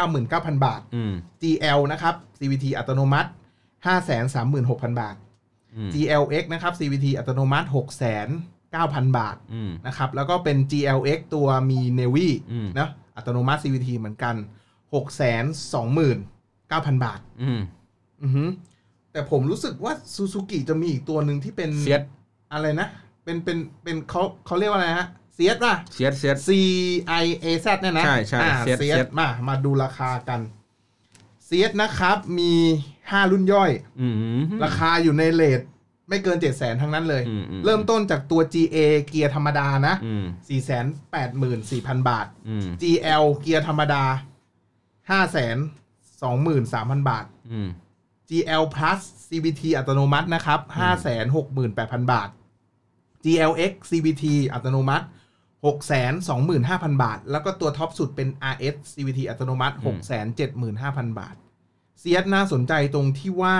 [SPEAKER 3] 499,000 บาท
[SPEAKER 1] อืม
[SPEAKER 3] GL นะครับ CVT อัตโนมัติ 536,000 บาท
[SPEAKER 1] อืม
[SPEAKER 3] GLX นะครับ CVT อัตโนมัติ 609,000 บาท
[SPEAKER 1] อืม
[SPEAKER 3] นะครับแล้วก็เป็น GLX ตัวมี Navy
[SPEAKER 1] อืม
[SPEAKER 3] นะอัตโนมัติ CVT เหมือนกัน 6 2 9 0 0 0 บาท
[SPEAKER 1] อืม
[SPEAKER 3] อือหือแต่ผมรู้สึกว่า Suzuki จะมีอีกตัวหนึ่งที่เป็น
[SPEAKER 1] เซียด
[SPEAKER 3] อะไรนะ เป็นเป็นเป็นเขาเขาเรียกว่าอะไรฮะเซียป่ะ
[SPEAKER 1] เซียดเซียด
[SPEAKER 3] C I A Z เนี่ยนะ
[SPEAKER 1] ใช่ใช่
[SPEAKER 3] อ่า
[SPEAKER 1] Fiat
[SPEAKER 3] Fiat
[SPEAKER 1] Fiat
[SPEAKER 3] มามาดูราคากันเซียนะครับมี 5 รุ่นย่อย
[SPEAKER 1] อืม
[SPEAKER 3] ราคาอยู่ในเลทไม่เกิน 7 0 0 0 0ทั้งนั้นเลย
[SPEAKER 1] อือื
[SPEAKER 3] เริ่มต้นจากตัว GA เกียร์ธรรมดานะ
[SPEAKER 1] อืม
[SPEAKER 3] 484,000 บาท
[SPEAKER 1] อืม
[SPEAKER 3] GL เกียร์ธรรมดา 523,000 บาท
[SPEAKER 1] อืม
[SPEAKER 3] GL Plus CVT อัตโนมัตินะครับ 568,000 บาท GLX CVT อัตโนมัติ 625,000 บาท แล้วก็ตัวท็อปสุดเป็น RS CVT อัตโนมัติ
[SPEAKER 1] อืม
[SPEAKER 3] 675,000 บาท เซียสน่าสนใจตรงที่ว่า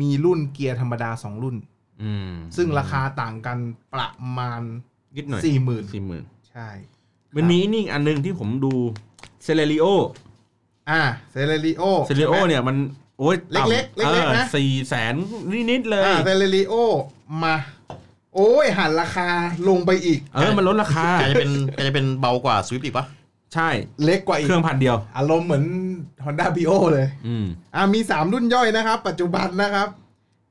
[SPEAKER 3] มีรุ่นเกียร์ธรรมดา 2 รุ่น
[SPEAKER 1] อืม
[SPEAKER 3] ซึ่งราคาต่างกันประมาณ
[SPEAKER 1] นิดหน่อย
[SPEAKER 3] 40,000
[SPEAKER 1] สี่หมื่น
[SPEAKER 3] ใช่
[SPEAKER 1] มันมีนี่อีกอันหนึงที่ผมดูเซเลริโอ
[SPEAKER 3] อ่าเซเลริโอ
[SPEAKER 1] เซเลริโอเนี่ยมัน โอ้ยต่ำ
[SPEAKER 3] เล็กๆเล็กๆ
[SPEAKER 1] ออ
[SPEAKER 3] นะ
[SPEAKER 1] สี่แสนนิดๆเลย
[SPEAKER 3] อ่าเซเลริโอมา โอ้ยหันราคาลงไปอีก
[SPEAKER 1] เออ มันลดราคา
[SPEAKER 2] กลายจะ เป็นกลายจะเป็นเบากว่าสวิปอีกปะ
[SPEAKER 1] ใช่
[SPEAKER 3] เล็กกว่าอี
[SPEAKER 1] เค
[SPEAKER 3] ก
[SPEAKER 1] รื่องพันเดียว
[SPEAKER 3] อารมณ์เหมือน Honda b i o เลย
[SPEAKER 1] อืม
[SPEAKER 3] อ่ามี 3 รุ่นย่อยนะครับ ปัจจุบันนะครับ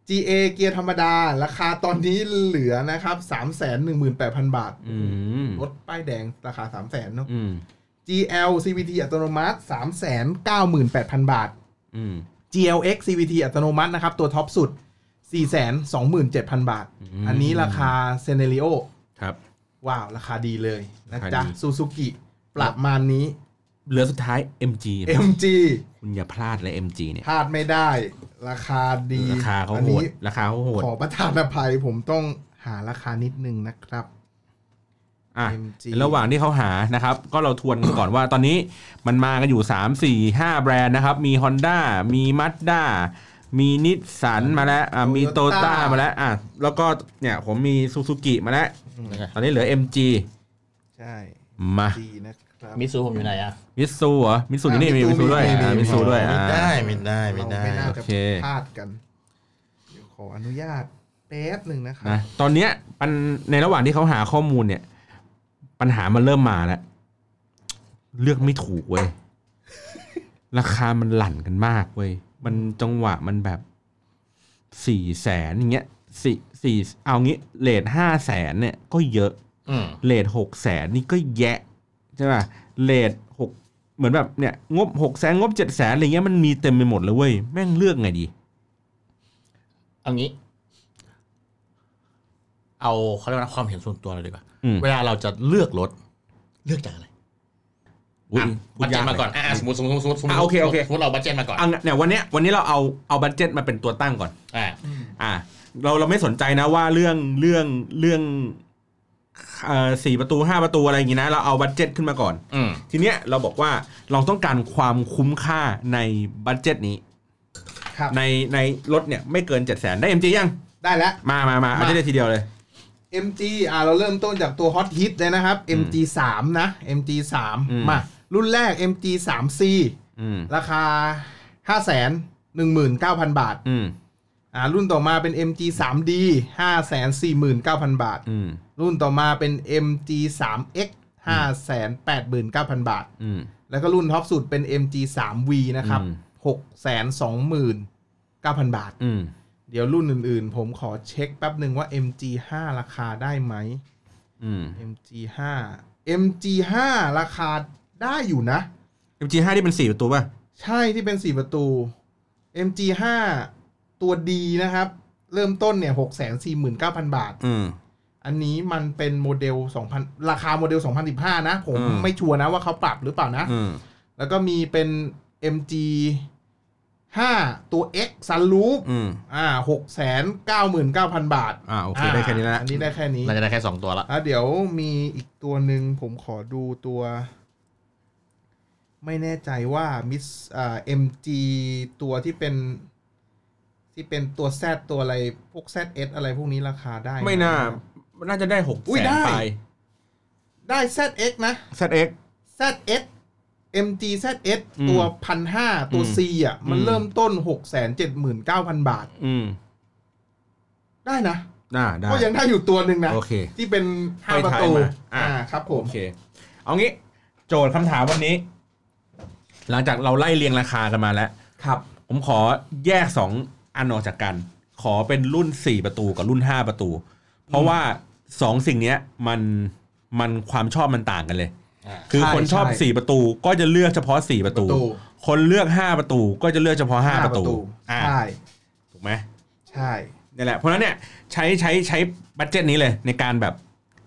[SPEAKER 3] GA เกียร์ธรรมดา ราคาตอนนี้เหลือนะครับ 318,000 บาท
[SPEAKER 1] อืม
[SPEAKER 3] รถป้ายแดงราคา 300,000เนอะ
[SPEAKER 1] อืม
[SPEAKER 3] GL CVT อัตโนมัติ 398,000 บาท
[SPEAKER 1] อืม
[SPEAKER 3] GLX CVT อัตโนมัตินะครับ ตัวท็อปสุด 427,000 บาท
[SPEAKER 1] อืม
[SPEAKER 3] อันนี้ราคาเซเนริโอ
[SPEAKER 1] ครับ
[SPEAKER 3] ว้าว ราคาดีเลยนะ
[SPEAKER 1] ราคา
[SPEAKER 3] จ๊ะ
[SPEAKER 1] ดี
[SPEAKER 3] ซูซูกิประมาณนี้
[SPEAKER 1] เหลือสุดท้าย MG นะ
[SPEAKER 3] MG
[SPEAKER 1] คุณอย่าพลาดเลย MG เนี่ย
[SPEAKER 3] พลาดไม่ได้ ราคาดี
[SPEAKER 1] ราคาเขา
[SPEAKER 3] อัน
[SPEAKER 1] โหด
[SPEAKER 3] นี้
[SPEAKER 1] ราคาเขาโหด
[SPEAKER 3] ขอประทานอภัยผมต้องหาราคานิดนึงนะครับ
[SPEAKER 1] อ่ะ
[SPEAKER 3] MG
[SPEAKER 1] ระหว่างที่เขาหานะครับ ก็เราทวนกันก่อน ว่าตอนนี้มันมากันอยู่ 3 4 5 แบรนด์นะครับ มี Honda มี Mazda มีนิสสันมาแล้วอ่ะมี
[SPEAKER 3] Toyota
[SPEAKER 1] Toyota มาแล้วอ่ะแล้วก็เนี่ยผมมี Suzuki มาแล้ว ตอนนี้เหลือ MG
[SPEAKER 3] ใช่
[SPEAKER 1] มา
[SPEAKER 3] ดีนะครับ
[SPEAKER 2] มิซูผมอยู่ไหนอะ
[SPEAKER 1] มิสซูเหรอมิสซูอยู่นี่มีมิสซูด้วย
[SPEAKER 3] มีมีมี
[SPEAKER 1] มิสซูด้วยอ่ะ
[SPEAKER 2] ได้ไม่ได้ไม่
[SPEAKER 3] เรา
[SPEAKER 2] ได้
[SPEAKER 3] ไม่น่าจะ
[SPEAKER 1] โอเค
[SPEAKER 3] พลาดกัน เดี๋ยวขออนุญาตแป๊บหนึ่งนะครับ
[SPEAKER 1] นะตอนเนี้ยปันในระหว่างที่เขาหาข้อมูลเนี่ย ปัญหามันเริ่มมาแล้ว เลือกไม่ถูกเว้ย ราคามันหลั่นกันมากเว้ย มันจังหวะมันแบบสี่แสนอย่างเงี้ยสี่สี่เอางี้เลทห้าแสนเนี่ยก็เยอะ
[SPEAKER 2] อืม
[SPEAKER 1] เลทหกแสนนี่ก็แยะ ใช่ป่ะเลทหกเหมือนแบบเนี่ยงบหกแสนงบเจ็ดแสนอะไรเงี้ยมันมีเต็มไปหมดเลยเว้ย แม่งเลือกไงดี
[SPEAKER 2] เอางี้ เอาเขาเรียกว่าความเห็นส่วนตัวเลยดีกว่า
[SPEAKER 1] อืม
[SPEAKER 2] เวลาเราจะเลือกรถ เลือกจากอะไร
[SPEAKER 1] อุ๊ย
[SPEAKER 2] อ่ะ
[SPEAKER 1] พู
[SPEAKER 2] บั
[SPEAKER 1] ด
[SPEAKER 2] ตเจ็
[SPEAKER 1] ย
[SPEAKER 2] ต
[SPEAKER 1] ก
[SPEAKER 2] มาก่อน
[SPEAKER 1] เลย
[SPEAKER 2] อ่ะอ่ะสมมติสมมติสมมติสมมติ
[SPEAKER 1] อ่ะโอเคโอเค
[SPEAKER 2] สมมติเราบัตเจ็ตมาก่อน
[SPEAKER 1] อันเนี่ยวันเนี้ยวันนี้เราเอาเอาบัตเจ็ตมาเป็นตัวตั้งก่อน
[SPEAKER 2] อ่า
[SPEAKER 1] อ่า เราเราไม่สนใจนะว่าเรื่องเรื่องเรื่องเอ่อสี่ประตูห้าประตูอะไรอย่างงี้นะ เราเอาบัตเจ็ตขึ้นมาก่อน
[SPEAKER 2] อืม
[SPEAKER 1] ทีเนี้ยเราบอกว่าเราต้องการความคุ้มค่าในบัตเจ็ตนี้
[SPEAKER 3] ครับ
[SPEAKER 1] ในในรถเนี่ยไม่เกินเจ็ดแสนได้เอ็มจียัง
[SPEAKER 3] ได้แล้ว
[SPEAKER 1] มามามาเอา
[SPEAKER 3] มา
[SPEAKER 1] ได้เลยทีเดียวเลย
[SPEAKER 3] MG อ่าเราเริ่มต้นจากตัวฮอตฮิตเลยนะครับ MG 3นะ MG
[SPEAKER 1] อืม
[SPEAKER 3] 3มา รุ่นแรก MG 3 C
[SPEAKER 1] อืม
[SPEAKER 3] ราคา 5 1 9 0 0 0 บาท
[SPEAKER 1] อืม
[SPEAKER 3] อ่ารุ่นต่อมาเป็น MG 3 D 5 4 9 0 0 0 บาท
[SPEAKER 1] อืม
[SPEAKER 3] รุ่นต่อมาเป็น MG 3 X 5 8 9 0 0 0 บาท
[SPEAKER 1] อืม
[SPEAKER 3] แล้วก็รุ่นท็อปสุดเป็น MG 3 V นะครับ
[SPEAKER 1] อืม
[SPEAKER 3] 6 2 9 0 0 0 บาท
[SPEAKER 1] อืม
[SPEAKER 3] เดี๋ยวรุ่นอื่นๆ ผมขอเช็คแป๊บหนึ่งว่า MG 5ราคาได้ไหม
[SPEAKER 1] อืม
[SPEAKER 3] MG 5 MG 5ราคาได้อยู่นะ
[SPEAKER 1] MG ห้าที่เป็นสี่ประตูป่ะ
[SPEAKER 3] ใช่ที่เป็น 4 ประตู MG 5ตัวดีนะครับ เริ่มต้นเนี่ย 649,000 บาท
[SPEAKER 1] อืม
[SPEAKER 3] อันนี้มันเป็นโมเดล 2,000 ราคาโมเดล 2015 นะ ผม
[SPEAKER 1] อืม
[SPEAKER 3] ไม่ชัวร์นะว่าเขาปรับหรือเปล่านะ
[SPEAKER 1] อืม
[SPEAKER 3] แล้วก็มีเป็น MG 5ตัว X Sunroof
[SPEAKER 1] อืม
[SPEAKER 3] อ่า699,000 บาท
[SPEAKER 1] อ่าโอเคได้แค่นี้แล้ว
[SPEAKER 3] อันนี้ได้แค่นี้
[SPEAKER 2] เราจะได้แค่สองตัวละ
[SPEAKER 3] อ่ะเดี๋ยวมีอีกตัวหนึ่งผมขอดูตัว ไม่แน่ใจว่ามิสอ่าเอ็มจีตัวที่เป็น ที่เป็นตัวแซดตัวอะไร พวกแซดเอสอะไรพวกนี้ราคาได้ห
[SPEAKER 1] ไม่น่าน่าจะได้หก
[SPEAKER 3] อุ้ย
[SPEAKER 1] แสน
[SPEAKER 3] ได้
[SPEAKER 1] ไป
[SPEAKER 3] ได้แซดเอ็กนะ
[SPEAKER 1] เซตเอ็ก
[SPEAKER 3] แซดเอสเอ็มจีแซดเอส
[SPEAKER 1] อืม
[SPEAKER 3] ตัวพันห้าตัว
[SPEAKER 1] อืม
[SPEAKER 3] ซีอ่ะ มัน
[SPEAKER 1] อืม
[SPEAKER 3] เริ่มต้นหกแสนเจ็ดหมื่นเก้าพันบาท
[SPEAKER 1] อืม
[SPEAKER 3] ได้นะ
[SPEAKER 1] ได้ได้
[SPEAKER 3] ก็ยังได้อยู่ตัวหนึ่งนะ
[SPEAKER 1] โอเค
[SPEAKER 3] ที่เป็นห้า
[SPEAKER 1] ไป
[SPEAKER 3] ประ
[SPEAKER 1] ถ่าย
[SPEAKER 3] ตู
[SPEAKER 1] มาอ่ะ
[SPEAKER 3] อ่าครับผม
[SPEAKER 1] โอเค เอางี้ โจทย์คำถามวันนี้ หลังจากเราไล่เรียงราคากันมาแล้ว
[SPEAKER 3] ครับ
[SPEAKER 1] ผมขอแยกสองอันออกจากกัน ขอเป็นรุ่นสี่ประตูกับรุ่นห้าประตู เพราะว่าสองสิ่งเนี้ยมันมันความชอบมันต่างกันเลย คือ
[SPEAKER 3] ใช่
[SPEAKER 1] คนชอบ
[SPEAKER 3] ใช่
[SPEAKER 1] สี่ประตูก็จะเลือกเฉพาะสี่ประตู
[SPEAKER 3] ประตู
[SPEAKER 1] คนเลือกห้าประตูก็จะเลือกเฉพาะห้าประตูอ่า
[SPEAKER 3] ใช่
[SPEAKER 1] ถูกไหม
[SPEAKER 3] ใช่
[SPEAKER 1] นี่แหละเพราะฉะนั้นเนี่ยใช้ใช้ใช้บัตเจ็ตนี้เลยในการแบบ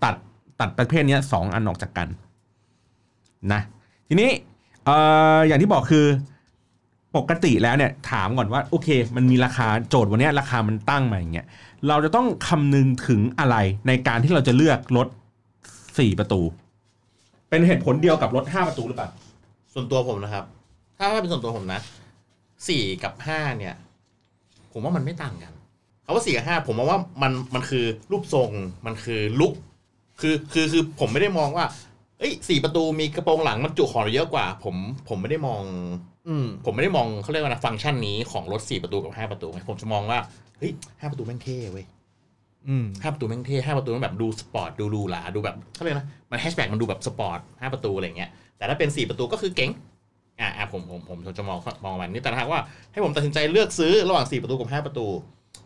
[SPEAKER 1] ตัดตัดประเภทเนี้ยสองอันออกจากกันนะทีนี้เอ่ออย่างที่บอกคือ ปกติแล้วเนี่ยถามก่อนว่าโอเค มันมีราคาโจทย์วันเนี้ยราคามันตั้งมาอย่างเงี้ยเราจะต้องคำนึงถึงอะไรในการที่เราจะเลือกรถสี่ประตู เป็นเหตุผลเดียวกับรถห้าประตูหรือเปล่า
[SPEAKER 2] ส่วนตัวผมนะครับ ถ้าว่าเป็นส่วนตัวผมนะสี่กับห้าเนี่ย ผมว่ามันไม่ต่างกันคำว่าสี่กับห้าผมมองว่ามันมันคือรูปทรงมันคือลุกคือคือคือผมไม่ได้มองว่า เอ้ยสี่ประตูมีกระโปรงหลังมันจุของเยอะกว่า ผมผมไม่ได้มอง
[SPEAKER 3] อืม
[SPEAKER 2] ผมไม่ได้มองเขาเรียกว่าอะไรฟังก์ชันนี้ของรถสี่ประตูกับห้าประตูไงผมจะมองว่าเฮ้ยห้าประตูแม่งเท่เว้ย
[SPEAKER 3] อืม
[SPEAKER 2] ห้าประตูแม่งเท่ห้าประตูมันแบบดูสปอร์ตดูหรูหราดูแบบเขาเรียกนะมันแฮชแบ็กมันดูแบบสปอร์ตห้าประตูอะไรอย่างเงี้ยแต่ถ้าเป็นสี่ประตูก็คือเก๋งอ่าอ่าผมผมผมผมจะมองมองมันนี่แต่ถ้าหากว่าให้ผมตัดสินใจเลือกซื้อระหว่างสี่ประตูกับห้าประตู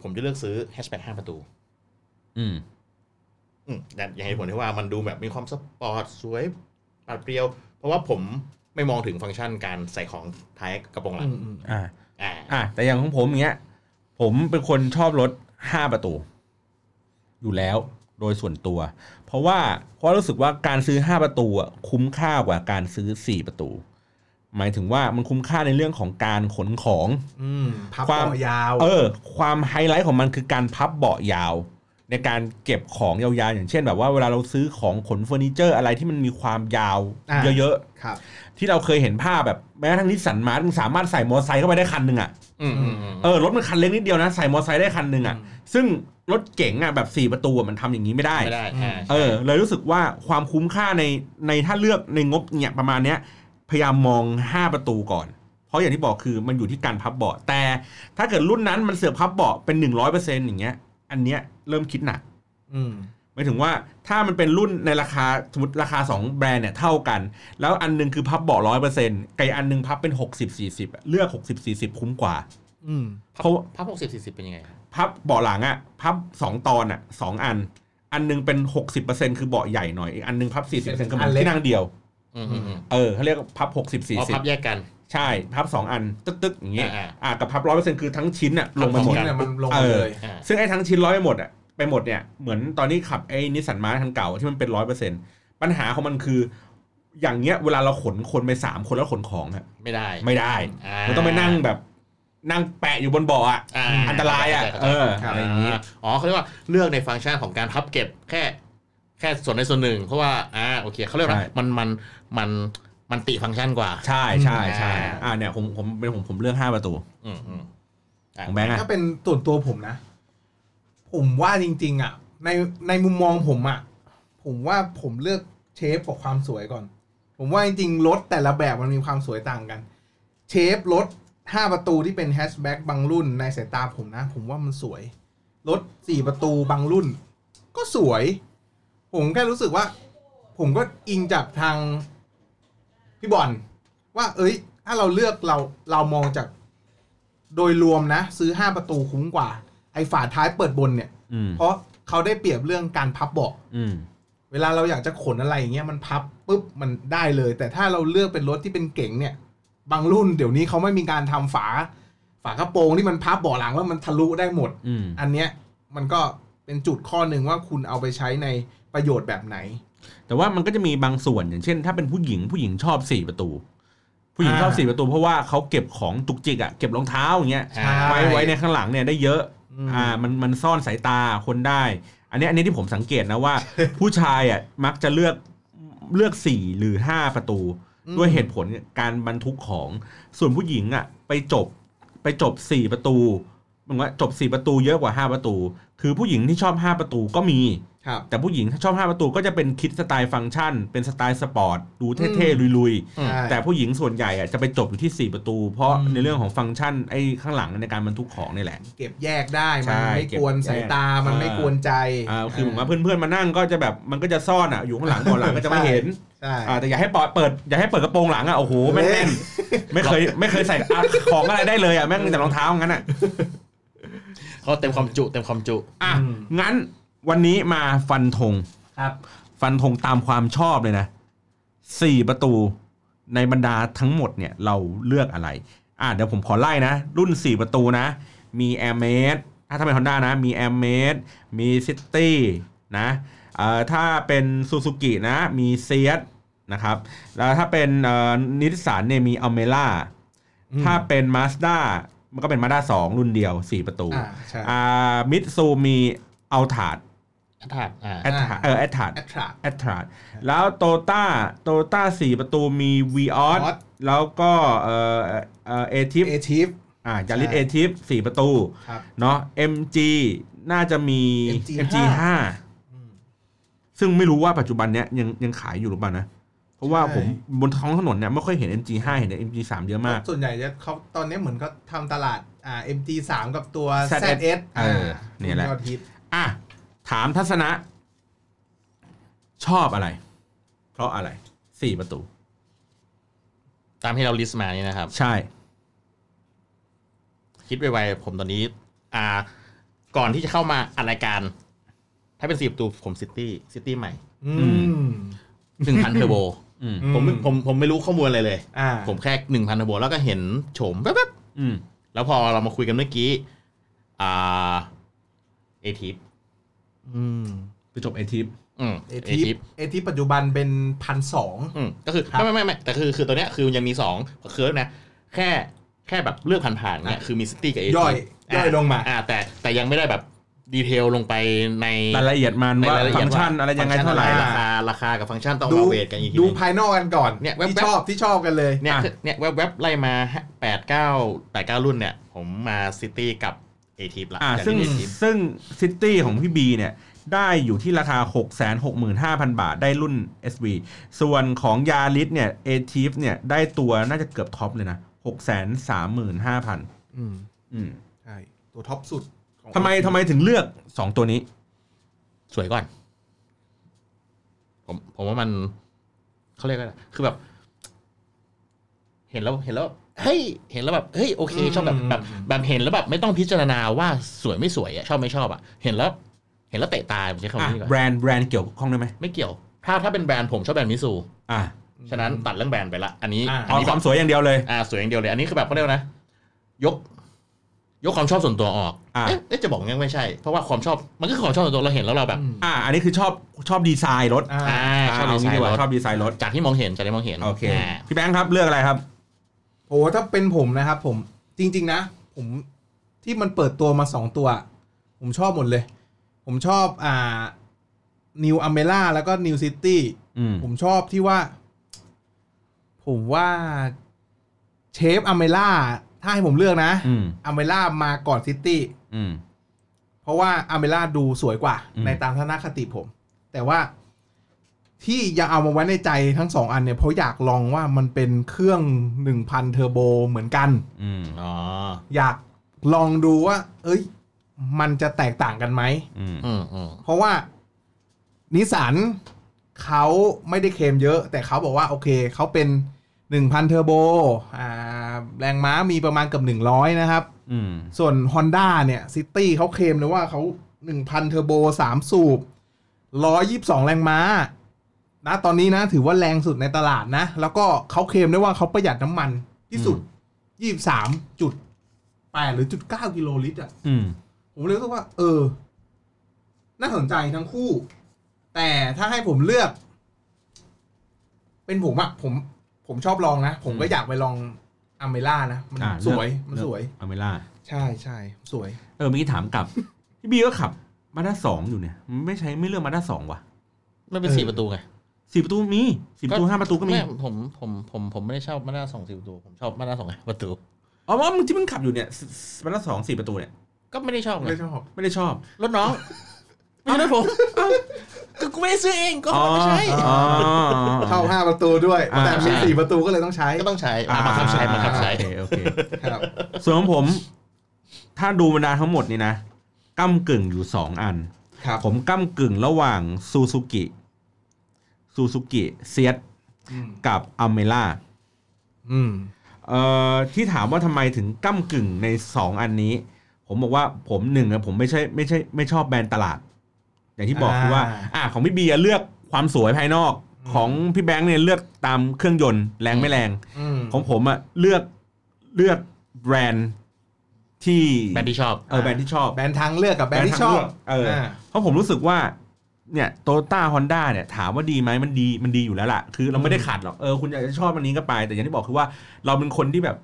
[SPEAKER 2] ผมจะเลือกซื้อแฮชแบ็กห้าประตู
[SPEAKER 1] อืม
[SPEAKER 2] อืมแต่อย่างเหตุผลที่ว่ามันดูแบบมีความสปอร์ตสวยปาดเปรียว เพราะว่าผมไม่มองถึงฟังก์ชันการใส่ของท้ายกระโปรงหลัง
[SPEAKER 1] อ่า
[SPEAKER 2] อ่า
[SPEAKER 1] อ่ะแต่อย่างของผมอย่างเงี้ย ผมเป็นคนชอบรถห้าประตู อยู่แล้วโดยส่วนตัว เพราะว่าเพราะรู้สึกว่าการซื้อห้าประตูอ่ะคุ้มค่ากว่าการซื้อสี่ประตู หมายถึงว่ามันคุ้มค่าในเรื่องของการขนของ
[SPEAKER 3] อืม พับ
[SPEAKER 1] ความ
[SPEAKER 3] เบาะยาว
[SPEAKER 1] เออ ความไฮไลท์ของมันคือการพับเบาะยาว ในการเก็บของยาวๆอย่างเช่น แบบว่าเวลาเราซื้อของขนเฟอร์นิเจอร์อะไรที่มันมีความยาว
[SPEAKER 3] า
[SPEAKER 1] เยอะ
[SPEAKER 3] ครับ
[SPEAKER 1] ๆที่เราเคยเห็นภาพแบบแม้กระทั้งนิสสันมาร์สามารถใส่มอเตอร์ไซค์เข้าไปได้คันหนึ่งอ่ะ
[SPEAKER 2] อืมอืมอืม
[SPEAKER 1] เออรถมันคันเล็กนิดเดียวนะใส่มอไซค์ได้คันหนึ่งอ่ะ
[SPEAKER 3] อืม
[SPEAKER 1] ซึ่งรถเก๋งอ่ะแบบสี่ประตูอะมันทำอย่างนี้ไม่ได้
[SPEAKER 2] ไม่ได้
[SPEAKER 3] อืม
[SPEAKER 2] อ่า
[SPEAKER 1] เออเลยรู้สึกว่าความคุ้มค่าในในถ้าเลือกในงบเนี่ยประมาณเนี้ยพยายามมอง 5 ประตูก่อน เพราะอย่างที่บอกคือมันอยู่ที่การพับเบาะแต่ถ้าเกิดรุ่นนั้นมันเสือกพับเบาะเป็น 100%อย่างเงี้ยอันเนี้ยเริ่มคิดหนัก
[SPEAKER 3] อืม
[SPEAKER 1] หมายถึงว่าถ้ามันเป็นรุ่นในราคาสมมติราคา 2 แบรนด์เนี่ยเท่ากัน แล้วอันหนึงคือพับเบาะร้อยเปอร์เซ็นต์ไก่อันหนึงพับเป็น 60-40อะเลือก 60-40 คุ้มกว่า
[SPEAKER 3] อืม
[SPEAKER 1] เพราะ
[SPEAKER 2] พับหกสิบสี่สิบเป็นยังไงครับ
[SPEAKER 1] พับเบาะหลังอะพับสองตอนอะสองอัน อันหนึงเป็น 60%คือเบาะใหญ่หน่อยอีกอันหนึงพับ 40%คือเหมือนที่นั่งเดียว
[SPEAKER 2] อืมอืมอืม
[SPEAKER 1] เออเขาเรียกพับ
[SPEAKER 2] อ๋อพับ
[SPEAKER 1] 60
[SPEAKER 2] แยกกัน
[SPEAKER 1] 40 ใช่ พับ 2 อัน ตึ๊กตึ๊กอย่างเงี้ย
[SPEAKER 2] อ่า
[SPEAKER 1] อ่ากับพับ 100%คือทั้งชิ้นอะลงไป
[SPEAKER 2] ทั้ง
[SPEAKER 1] หมด
[SPEAKER 2] ชิ้น
[SPEAKER 3] เนี่ยมันลง
[SPEAKER 1] เอ
[SPEAKER 3] มา
[SPEAKER 1] อ
[SPEAKER 3] เลย
[SPEAKER 2] อ่า
[SPEAKER 1] ซึ่งไอ้ทั้งชิ้นร้อยไปหมดอะไปหมดเนี่ยเหมือนตอนนี้ขับไอ้นิสสันมาคันเก่าที่มันเป็น 100%ปัญหาของมันคือ อย่างเงี้ยเวลาเราขนคนไป 3 คนแล้วขนของอะ
[SPEAKER 2] ไม่ได้
[SPEAKER 1] ไม่ได้
[SPEAKER 2] า
[SPEAKER 1] มันต้องไปนั่งแบบนั่งแปะอยู่บนเบาะอะ
[SPEAKER 2] า
[SPEAKER 1] อันตรายอะเออ
[SPEAKER 2] ครับ
[SPEAKER 1] อะไรอย่างงี้
[SPEAKER 2] อ๋อเขาเรียกว่าเลือกในฟังก์ชันของการพับเก็บแค่ แค่ส่วนในส่วนหนึ่ง เพราะว่าอ่าโอเคเขาเรียกว่า
[SPEAKER 1] ใช่
[SPEAKER 2] มันมันมันมันติฟังก์ชันกว่า
[SPEAKER 1] ใช่ใช่ใช่
[SPEAKER 2] อ่า
[SPEAKER 1] อ่าเนี่ยผมผมเป็นผมผมเลือกห้าประตู
[SPEAKER 2] อืมอืมอ่า
[SPEAKER 1] ของแบงค์อ่ะ
[SPEAKER 3] ถ้าเป็นส่วนตัวผมนะ ผมว่าจริง ๆ อ่ะ ในในมุมมองผมอ่ะ ผมว่าผมเลือกเชฟกับความสวยก่อน ผมว่าจริงๆ รถแต่ละแบบมันมีความสวยต่างกัน เชฟรถ 5 ประตูที่เป็นแฮชแบ็กบางรุ่นในสายตาผมนะ ผมว่ามันสวย รถ 4 ประตูบางรุ่น ก็สวย ผมแค่รู้สึกว่า ผมก็อิงจากทางพี่บอลว่า เอ้ย ถ้าเราเลือกเราเรามองจากโดยรวมนะ ซื้อ 5 ประตูคุ้มกว่า ไอ้ฝาท้ายเปิดบนเนี่ย
[SPEAKER 1] อืม
[SPEAKER 3] เพราะเขาได้เปรียบเรื่องการพับเบาะ
[SPEAKER 1] อืม
[SPEAKER 3] เวลาเราอยากจะขนอะไรอย่างเงี้ยมันพับปุ๊บมันได้เลย แต่ถ้าเราเลือกเป็นรถที่เป็นเก๋งเนี่ย บางรุ่นเดี๋ยวนี้เขาไม่มีการทำฝา ฝากระโปรงที่มันพับเบาะหลังแล้วมันทะลุได้หมด
[SPEAKER 1] อืม
[SPEAKER 3] อันเนี้ยมันก็เป็นจุดข้อหนึ่งว่าคุณเอาไปใช้ในประโยชน์แบบไหน
[SPEAKER 1] แต่ว่ามันก็จะมีบางส่วนอย่างเช่น ถ้าเป็นผู้หญิงผู้หญิงชอบสี่ประตู ผู้หญิงชอบ
[SPEAKER 3] อ่า
[SPEAKER 1] สี่ประตู เพราะว่าเขาเก็บของจุกจิกอ่ะเก็บรองเท้าอย่างเงี้ย
[SPEAKER 2] อ่า
[SPEAKER 1] ไว้ไว้ในข้างหลังเนี่ยได้เยอะ
[SPEAKER 3] อืม
[SPEAKER 1] อ่ามันมันซ่อนสายตาคนได้ อันเนี้ยอันนี้ที่ผมสังเกตนะว่า ผู้ชายอ่ะมักจะเลือกเลือกสี่หรือห้าประตู
[SPEAKER 3] อืม
[SPEAKER 1] ด้วยเหตุผลการบรรทุกของ ส่วนผู้หญิงอ่ะไปจบไปจบสี่ประตูหมายว่าจบสี่ประตูเยอะกว่าห้าประตู คือผู้หญิงที่ชอบห้าประตูก็มี
[SPEAKER 3] ครับ
[SPEAKER 1] แต่ผู้หญิงถ้าชอบห้าประตูก็จะเป็นคิดสไตล์ฟังก์ชัน เป็นสไตล์สปอร์ตดูเท่
[SPEAKER 3] อืม
[SPEAKER 1] ๆลุยๆ
[SPEAKER 3] ใช่
[SPEAKER 1] แต่ผู้หญิงส่วนใหญ่อะจะไปจบอยู่ที่ 4 ประตู เพราะ
[SPEAKER 3] อืม
[SPEAKER 1] ในเรื่องของฟังก์ชันไอ้ข้างหลังในการบรรทุกของนี่แหละ
[SPEAKER 3] เก็บแยกได้มัน
[SPEAKER 1] ใช่
[SPEAKER 3] ไม่กวน
[SPEAKER 1] เก็บแยก
[SPEAKER 3] สายตามัน
[SPEAKER 1] อ่า
[SPEAKER 3] ไม่กวนใจ
[SPEAKER 1] อ่าคือผมว่าเพื่อนๆมานั่งก็จะแบบมันก็จะซ่อนอ่ะอยู่ข้างหลังก่อนหลังก็จะไม่เห็น
[SPEAKER 3] ใช่
[SPEAKER 1] อ่าแต่อย่าให้ปล่อยเปิดอย่าให้เปิดกระโปรงหลังอ่ะโอ้โหไม่งแน่นไม่เคยไม่เคยใส่อ่ะของอะไรได้เลยอ่ะแม่งมีแต่รองเท้างั้นอ่ะ
[SPEAKER 2] เขาเต็มความจุเต็มความจุ
[SPEAKER 1] อ่ะงั้นวันนี้มาฟันธง
[SPEAKER 3] ครับ
[SPEAKER 1] ฟันธงตามความชอบเลยนะสี่ประตูในบรรดาทั้งหมดเนี่ยเราเลือกอะไร อ่ะเดี๋ยวผมขอไล่นะ รุ่น 4 ประตูนะ มี Air m a d ถ้าถ้าเป็น Honda นะ มี Air m a d มี City นะเอ่อถ้าเป็น Suzuki นะ มี s e a t นะครับ แล้วถ้าเป็นนิสสันเนี่ยมี Almera ถ้าเป็น Mazda มันก็เป็น Mazda 2 รุ่นเดียว 4 ประตู
[SPEAKER 3] อ่าใช่
[SPEAKER 1] อ่ามิตซูมี a l t a d
[SPEAKER 2] อัฐาดอ่า
[SPEAKER 1] a l t a d เออ a l t a d
[SPEAKER 3] แอทรา
[SPEAKER 1] a l t a d แล้วโตต้าโตต้าสี่ประตูมี v ีออ
[SPEAKER 3] Vios
[SPEAKER 1] แล้วก็เอ่อเอ่อเอทิฟ
[SPEAKER 3] เอทีฟ
[SPEAKER 1] อ่ายาริส
[SPEAKER 3] ใช่
[SPEAKER 1] เอทิฟสี่ประตู
[SPEAKER 3] ครับ
[SPEAKER 1] เนาะ MG น่าจะมี
[SPEAKER 3] MG
[SPEAKER 1] ห้าซึ่งไม่รู้ว่าปัจจุบันเนี้ยยังยังขายอยู่หรือเปล่านะ เพราะว่า
[SPEAKER 3] ใช่
[SPEAKER 1] ผมบนท้องถนนเนี่ยไม่ค่อยเห็น MG 5เห็นแต่ MG 3เยอะมาก
[SPEAKER 3] ส่วนใหญ่จะเขาตอนนี้เหมือนเขาทำตลาดอ่า MT3 กับตัว
[SPEAKER 1] ZS
[SPEAKER 3] ZS
[SPEAKER 1] เออเนี่ยแหละ
[SPEAKER 3] ยอดฮิต
[SPEAKER 1] อ่ะ ถามทัศนะ ชอบอะไร เพราะอะไรสี่ประตู
[SPEAKER 2] ตามที่เราลิสต์มานี่นะครับ
[SPEAKER 1] ใช่
[SPEAKER 2] คิดไวๆผมตอนนี้ อ่า ก่อนที่จะเข้ามาอัดรายการ ถ้าเป็นสีประตูผมซิตี้ซิตี้ใหม่
[SPEAKER 3] อืม
[SPEAKER 2] หนึ่งพันเทอร์โบ
[SPEAKER 1] อืม
[SPEAKER 2] ผมไม่ผมผมไม่รู้ข้อมูลอะไรเลย
[SPEAKER 3] อ่า
[SPEAKER 2] ผมแค่หนึ่งพันเทอร์โบแล้วก็เห็นโฉมแป๊บ
[SPEAKER 1] อืม
[SPEAKER 2] ๆแล้วพอเรามาคุยกันเมื่อกี้ อ่าเอทิป
[SPEAKER 3] อืม
[SPEAKER 1] ไปจบเอทิฟ
[SPEAKER 2] อืม
[SPEAKER 3] เอทีฟเอทีฟปัจจุบันเป็นพันสอง
[SPEAKER 2] อืมก็คือ
[SPEAKER 3] ครับ
[SPEAKER 2] ไม่ไม่ไม่แต่คือคือตัวเนี้ยคือยังมีสองคือนะ แค่แค่แบบเลือกผ่านๆเนี่ยคือมีซิตี้กับเอทิ
[SPEAKER 3] ย่อยย่อยลงมา
[SPEAKER 2] อ่า แต่แต่ยังไม่ได้แบบดีเทลลงไปใน
[SPEAKER 1] รายละเอียดมันว่า
[SPEAKER 2] ในรยล
[SPEAKER 1] ฟั
[SPEAKER 2] เอีย
[SPEAKER 1] ง
[SPEAKER 2] ด
[SPEAKER 1] ก์ชัน
[SPEAKER 2] ว่
[SPEAKER 1] อะไรยังไง
[SPEAKER 2] ฟัก์ชั
[SPEAKER 1] เท่าไหร่
[SPEAKER 2] น
[SPEAKER 3] อะไ
[SPEAKER 2] ราคาราคากับฟังก์ชันต้อง
[SPEAKER 3] ดู
[SPEAKER 2] มาเวทกันอีกทีห
[SPEAKER 3] ดู
[SPEAKER 2] นึง
[SPEAKER 3] ภายนอกกันก่อน
[SPEAKER 2] เนี่ยแว๊บ
[SPEAKER 3] ที่
[SPEAKER 2] แว๊บ
[SPEAKER 3] ชอบที่ชอบกันเลย
[SPEAKER 2] เนี่ย
[SPEAKER 1] อ่ะ
[SPEAKER 2] เนี่ยแวบๆไล่มาแปดเก้าแปดเก้ารุ่นเนี่ย ผมมาซิตี้กับเอทีฟละ
[SPEAKER 1] อ่า
[SPEAKER 2] จาก
[SPEAKER 1] ซึ่ง
[SPEAKER 2] นี้ A-Tip
[SPEAKER 1] ซึ่งซิตี้ของพี่บีเนี่ย ได้อยู่ที่ราคา 6 6 5 0 0 0 บาทได้รุ่น SV ส่วนของยาริสเนี่ยเอทีฟเนี่ย ได้ตัวน่าจะเกือบท็อปเลยนะ 6 3 5 0 0
[SPEAKER 3] อืม
[SPEAKER 1] 0อืม
[SPEAKER 3] ใช่ตัวท็อปสุดของ
[SPEAKER 1] ทำไมทำไมถึงเลือก 2 ตัวนี้
[SPEAKER 2] สวยก่อน ผมผมว่ามันเขาเรียกว่าอะไรคือแบบ เห็นแล้วเห็นแล้วเฮ้ยเห็นแล้วแบบเฮ้ยโอเค ชอบแบบแบบแบบเห็นแล้วแบบ ไม่ต้องพิจารณาว่าสวยไม่สวยอะชอบไม่ชอบอะเห็นแล้ว เห็นแล้วเตะตาผมใช้คำ
[SPEAKER 1] อ่ะ
[SPEAKER 2] นี้ดีก
[SPEAKER 1] แบร
[SPEAKER 2] ว่าน
[SPEAKER 1] ด์แบรนด์เกี่ยวข้องได้ไหม
[SPEAKER 2] ไม่เกี่ยว ถ้าถ้าเป็นแบรนด์ผมชอบแบรนด์มิซู
[SPEAKER 1] อ่ะ
[SPEAKER 2] ฉะนั้นตัดเรื่องแบรนด์ไปละ อันนี้
[SPEAKER 3] อ่า
[SPEAKER 2] อัน
[SPEAKER 1] เอา
[SPEAKER 2] นี้
[SPEAKER 1] ค
[SPEAKER 2] แบ
[SPEAKER 1] วา
[SPEAKER 2] บ
[SPEAKER 1] มสวยอย่างเดียวเลย
[SPEAKER 2] อ่าสวยอย่างเดียวเลย อันนี้คือแบบเขาเรียกว่านะ ยก ยกความชอบส่วนตัวออก
[SPEAKER 1] อ่า
[SPEAKER 2] เอ๊ะเอ๊ะจะบอกยังไม่ใช่ เพราะว่าความชอบมันก็คือความชอบส่วนตัวเราเห็นแล้วเราแบบ
[SPEAKER 3] อืม
[SPEAKER 1] อ่ะอันนี้คือชอบชอบดีไซน์รถ
[SPEAKER 3] อ่า
[SPEAKER 2] อ่า
[SPEAKER 1] อ่ะ
[SPEAKER 2] ชอบ
[SPEAKER 1] เา
[SPEAKER 2] ดีไซ
[SPEAKER 1] งี้ก
[SPEAKER 2] น์ร
[SPEAKER 1] ว่า
[SPEAKER 2] ถ
[SPEAKER 1] ชอบดีไซน์รถ
[SPEAKER 2] จากที่มองเห็นจากที่มองเห็น
[SPEAKER 1] โอเค
[SPEAKER 2] า
[SPEAKER 1] พี่แบงค์ครับเลือกอะไรครับ
[SPEAKER 3] โอ้ถ้าเป็นผมนะครับผมจริง ๆ นะ ผมที่มันเปิดตัวมาสองตัว ผมชอบหมดเลย ผมชอบอ่านิวอเมล่าแล้วก็นิวซิตี้
[SPEAKER 1] อืม
[SPEAKER 3] ผมชอบที่ว่า ผมว่าเชฟอเมล่าถ้าให้ผมเลือกนะ
[SPEAKER 1] อืม
[SPEAKER 3] อเมล่ามาก่อนซิตี้
[SPEAKER 1] อืม
[SPEAKER 3] เพราะว่าอเมล่าดูสวยกว่า
[SPEAKER 1] อืม
[SPEAKER 3] ในตามทัศนคติผม แต่ว่า ที่ยังเอามาไว้ในใจทั้งสองอันเนี่ยเพราะอยากลองว่ามันเป็นเครื่อง 1,000 เทอร์โบเหมือนกัน
[SPEAKER 1] อืม
[SPEAKER 2] อ๋อ
[SPEAKER 3] อยากลองดูว่า เอ้ย มันจะแตกต่างกันไหม
[SPEAKER 1] อืม
[SPEAKER 2] อืมอืม
[SPEAKER 3] เพราะว่านิสันเขาไม่ได้เคลมเยอะ แต่เขาบอกว่า โอเคเขาเป็น 1,000 เทอร์โบอ่าแรงม้ามีประมาณเกือบ100 นะครับ
[SPEAKER 1] อืม
[SPEAKER 3] ส่วน Honda เนี่ยซิตี้เขาเคลมเลยว่าเขา 1,000 เทอร์โบ 3 สูบ 122 แรงม้า นะตอนนี้นะถือว่าแรงสุดในตลาดนะ แล้วก็เขาเคลมได้ว่าเขาประหยัดน้ำมันที่สุด 23จุด8หรือจุด9กิโลลิตรอ่ะ
[SPEAKER 1] อืม
[SPEAKER 3] ผมเลยรู้สึกว่า เออ น่าสนใจทั้งคู่ แต่ถ้าให้ผมเลือก เป็นผมอะผม ผมชอบลองนะ ผมก็อยากไปลองอเมล่านะ มัน
[SPEAKER 1] อ่า
[SPEAKER 3] ส
[SPEAKER 1] เลือก
[SPEAKER 3] วยมันสวย
[SPEAKER 1] เลือกอเมล่า
[SPEAKER 3] ใช่ใช่สวย
[SPEAKER 1] เออเมื่อกี้ถามกลับ พี่บีก็ขับมาด้าสองอยู่เนี่ยมันไม่ใช้ไม่เลือกมาด้าสองว่ะ
[SPEAKER 2] มันเป็น
[SPEAKER 3] เออ
[SPEAKER 2] สี่ประตูไง
[SPEAKER 1] สี่ประตูมีสี่ประตู
[SPEAKER 2] ก็
[SPEAKER 1] ห้าประตูก็มี
[SPEAKER 2] ไผมผมผมผมไม่ได้ชอบมาด้าสองสี่ประตู ผมชอบมาด้าสองไงประตู
[SPEAKER 1] อ๋อว่ามึงที่มึงขับอยู่เนี่ยมาด้าสองสี่ประตูเนี่ย
[SPEAKER 2] ก็ไม่ได้ชอบไง
[SPEAKER 3] ไม่ชอบ
[SPEAKER 1] ไม่ได้ชอบ
[SPEAKER 2] รถน้องไม่ใช่รถผมก็กูไม่ได้ซื้อเองก็ไม่ใช่
[SPEAKER 1] อ๋อ
[SPEAKER 3] เข้าห้าประตูด้วย
[SPEAKER 1] อ่า
[SPEAKER 3] แต่มี
[SPEAKER 1] ใช่
[SPEAKER 3] สี่ประตูก็เลยต้องใช้
[SPEAKER 2] ก็ต้องใช้อ่ะบังคับใช้บังคับใช้
[SPEAKER 1] อ่าโอเคโอเค
[SPEAKER 3] ครับ
[SPEAKER 1] ส่วนของผม ถ้าดูบรรดาทั้งหมดนี่นะก้ากึ่งอยู่สองอัน
[SPEAKER 3] ครับ
[SPEAKER 1] ผมก้ากึ่งระหว่างซูซูกิซูซูกิเซีย
[SPEAKER 3] อืม
[SPEAKER 1] กับอเมล่า
[SPEAKER 3] อืม
[SPEAKER 1] เอ่อที่ถามว่าทำไมถึงก้ากึ่งใน 2 อันนี้ ผมบอกว่าผมหนึ่งอะผมไม่ใช่ไม่ใช่ไม่ชอบแบรนด์ตลาด อย่างที่บอก
[SPEAKER 3] อ่า
[SPEAKER 1] คือว่า อ่าของพี่เบียร์เลือกความสวยภายนอก
[SPEAKER 3] อืม
[SPEAKER 1] ของพี่แบงค์เนี่ยเลือกตามเครื่องยนต์แรงไม่แรง
[SPEAKER 3] อืม
[SPEAKER 1] ของผมอะเลือกเลือกแบรนด์ที่
[SPEAKER 2] แบรนด์ที่ชอบ
[SPEAKER 1] เออแบรนด์ที่ชอบ
[SPEAKER 3] แบรนด์ทางเลือกกับแบรนด์ที่ชอบ
[SPEAKER 1] เออ เพราะผมรู้สึกว่าเนี่ยโตต้าฮอนด้าเนี่ยถามว่าดีไหมมันดีมันดีอยู่แล้วล่ะ คือเราไม่ได้ขัดหรอกเออคุณอยากจะชอบอันนี้ก็ไป แต่อย่างที่บอกคือว่าเราเป็นคนที่แบบ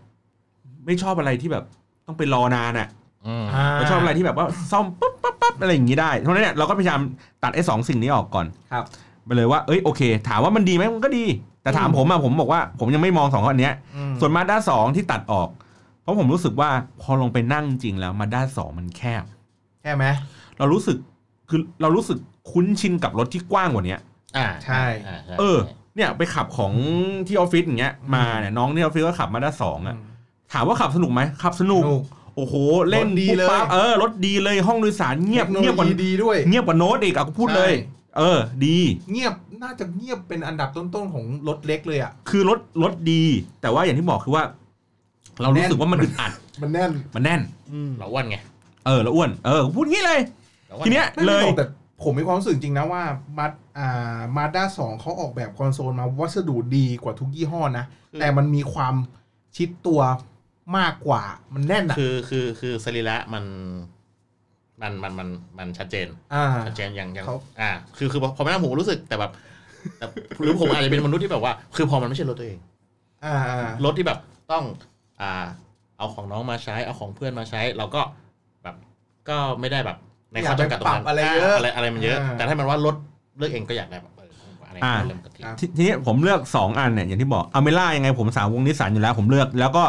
[SPEAKER 1] ไม่ชอบอะไรที่แบบต้องไปรอนานอะ่ะ
[SPEAKER 2] อืม
[SPEAKER 1] เราชอบอะไรที่แบบว่าซ่อมปั๊บปั๊บปั๊บอะไรอย่างนี้ได้เพราะฉะนั้นเนี่ยเราก็พยายามตัดไอ้สองสิ่งนี้ออกก่อน
[SPEAKER 3] ครับ
[SPEAKER 1] ไปเลยว่าเอ้ยโอเค ถามว่ามันดีไหมมันก็ดี แต่ถามผมอะผมบอกว่าผมยังไม่มองสองข้อเนี้ย
[SPEAKER 3] อืม
[SPEAKER 1] ส่วนมาด้าสองที่ตัดออก เพราะผมรู้สึกว่าพอลงไปนั่งจริงแล้วมาด้าสองมันแคบ
[SPEAKER 3] แค่ไหม
[SPEAKER 1] เรารู้สึกคือเรารู้สึกคุ้นชินกับรถที่กว้างกว่าเนี้ย
[SPEAKER 2] อ่า
[SPEAKER 3] ใช่
[SPEAKER 2] อ่าใช่
[SPEAKER 1] เออ เนี่ยไปขับของที่ออฟฟิศอย่างเงี้ยมาเนี่ยน้องที่ออฟฟิศก็ขับมาได้สองอะถามว่าขับสนุกไหมขับสนุก
[SPEAKER 3] สนุก
[SPEAKER 1] โอ้โห เล่น
[SPEAKER 3] รถดี
[SPEAKER 1] ปุ๊บ
[SPEAKER 3] เลย
[SPEAKER 1] ปั๊บเออรถดีเลยห้องโดยสารเงียบ
[SPEAKER 3] ทคโนโล
[SPEAKER 1] เงียบกว่า
[SPEAKER 3] ดีด้วย
[SPEAKER 1] เงียบกว่าโน้ตอีกอะกูพูดเลย
[SPEAKER 3] ใช่
[SPEAKER 1] เออ ดี
[SPEAKER 3] เงียบน่าจะเงียบเป็นอันดับต้นๆของรถเล็กเลยอ่ะ
[SPEAKER 1] คือรถรถดี แต่ว่าอย่างที่บอกคือว่า เรารู้สึกว่ามันอึดอัด
[SPEAKER 3] มันแน่น
[SPEAKER 1] มันแน่น
[SPEAKER 2] เราอ้วนไง
[SPEAKER 1] เออแล้วอ้วนเออกูพูดงี้เลย
[SPEAKER 2] เราอ้ว
[SPEAKER 1] ทีเนี้ย
[SPEAKER 3] ไม่
[SPEAKER 1] เล
[SPEAKER 3] ได้
[SPEAKER 1] ย
[SPEAKER 3] หรอกแต่ผมมีความรู้สึกจริงนะว่ามาอ่ามาด้าสองเขาออกแบบคอนโซลมาวัสดุดีกว่าทุกยี่ห้อนะ แต่มันมีความชิดตัวมากกว่ามันแน่นอ่ะ
[SPEAKER 2] คือคือคือสรีระมันมันมันมันมันชัดเจน
[SPEAKER 3] อ่า
[SPEAKER 2] ชัดเจนอย่างอย่าง
[SPEAKER 3] เขา
[SPEAKER 2] อ่า คือคือพอพอไม่นั่งผมก็รู้สึกแต่แบบแต่หรือผมอาจจะเป็นมนุษย์ที่แบบว่า คือพอมันไม่ใช่รถตัวเอง
[SPEAKER 3] อ่าอ่าร
[SPEAKER 2] ถที่แบบต้องอ่า เอาของน้องมาใช้เอาของเพื่อนมาใช้ เราก็แบบ ก็ไม่ได้แบบในข้อจำกัดตรงนั้นอะไรอะไรมันเยอะ แต่ถ้ามันว่ารถเลือกเองก็อยากได้แบบอะไรเริ่มกันที
[SPEAKER 1] ททีนี้ผมเลือก 2 อันเนี่ยอย่างที่บอกอเมล่ายังไงผมสาววงนิสสันอยู่แล้ว ผมเลือก แล้วก็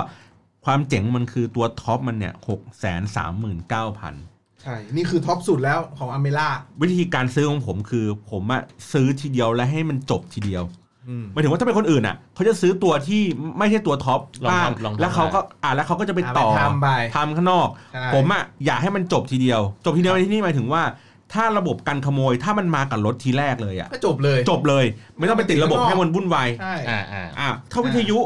[SPEAKER 1] ความเจ๋งมันคือตัวท็อปมันเนี่ยหกแสนสามหมื่นเก้าพัน
[SPEAKER 3] ใช่ นี่คือท็อปสุดแล้วของอเมล่า
[SPEAKER 1] วิธีการซื้อของผมคือ ผมอะซื้อทีเดียวและให้มันจบทีเดียว
[SPEAKER 3] อืม
[SPEAKER 1] หมายถึงว่าถ้าเป็นคนอื่นอะเขาจะซื้อตัวที่ไม่ใช่ตัวท็อป
[SPEAKER 2] ลอง
[SPEAKER 1] บ้าง
[SPEAKER 2] ทำลองทำ
[SPEAKER 1] แล้วเขาก็อ่าแล้วเขาก็จะไป
[SPEAKER 3] อ่า
[SPEAKER 1] ต่อ
[SPEAKER 3] ไปทำไป
[SPEAKER 1] ทำข้างนอก
[SPEAKER 3] ใช่
[SPEAKER 1] ผมอะอยากให้มันจบทีเดียว จบทีเดียวในที่นี่หมายถึงว่า ถ้าระบบการขโมยถ้ามันมากับรถทีแรกเลยอะ
[SPEAKER 3] ก็จบเลย
[SPEAKER 1] จบเลย ไม่ต้องไปติดระบบให้มันวุ่นวาย
[SPEAKER 3] ใช่
[SPEAKER 2] อ่าอ่า
[SPEAKER 1] อ่ะถ้าวิทยุ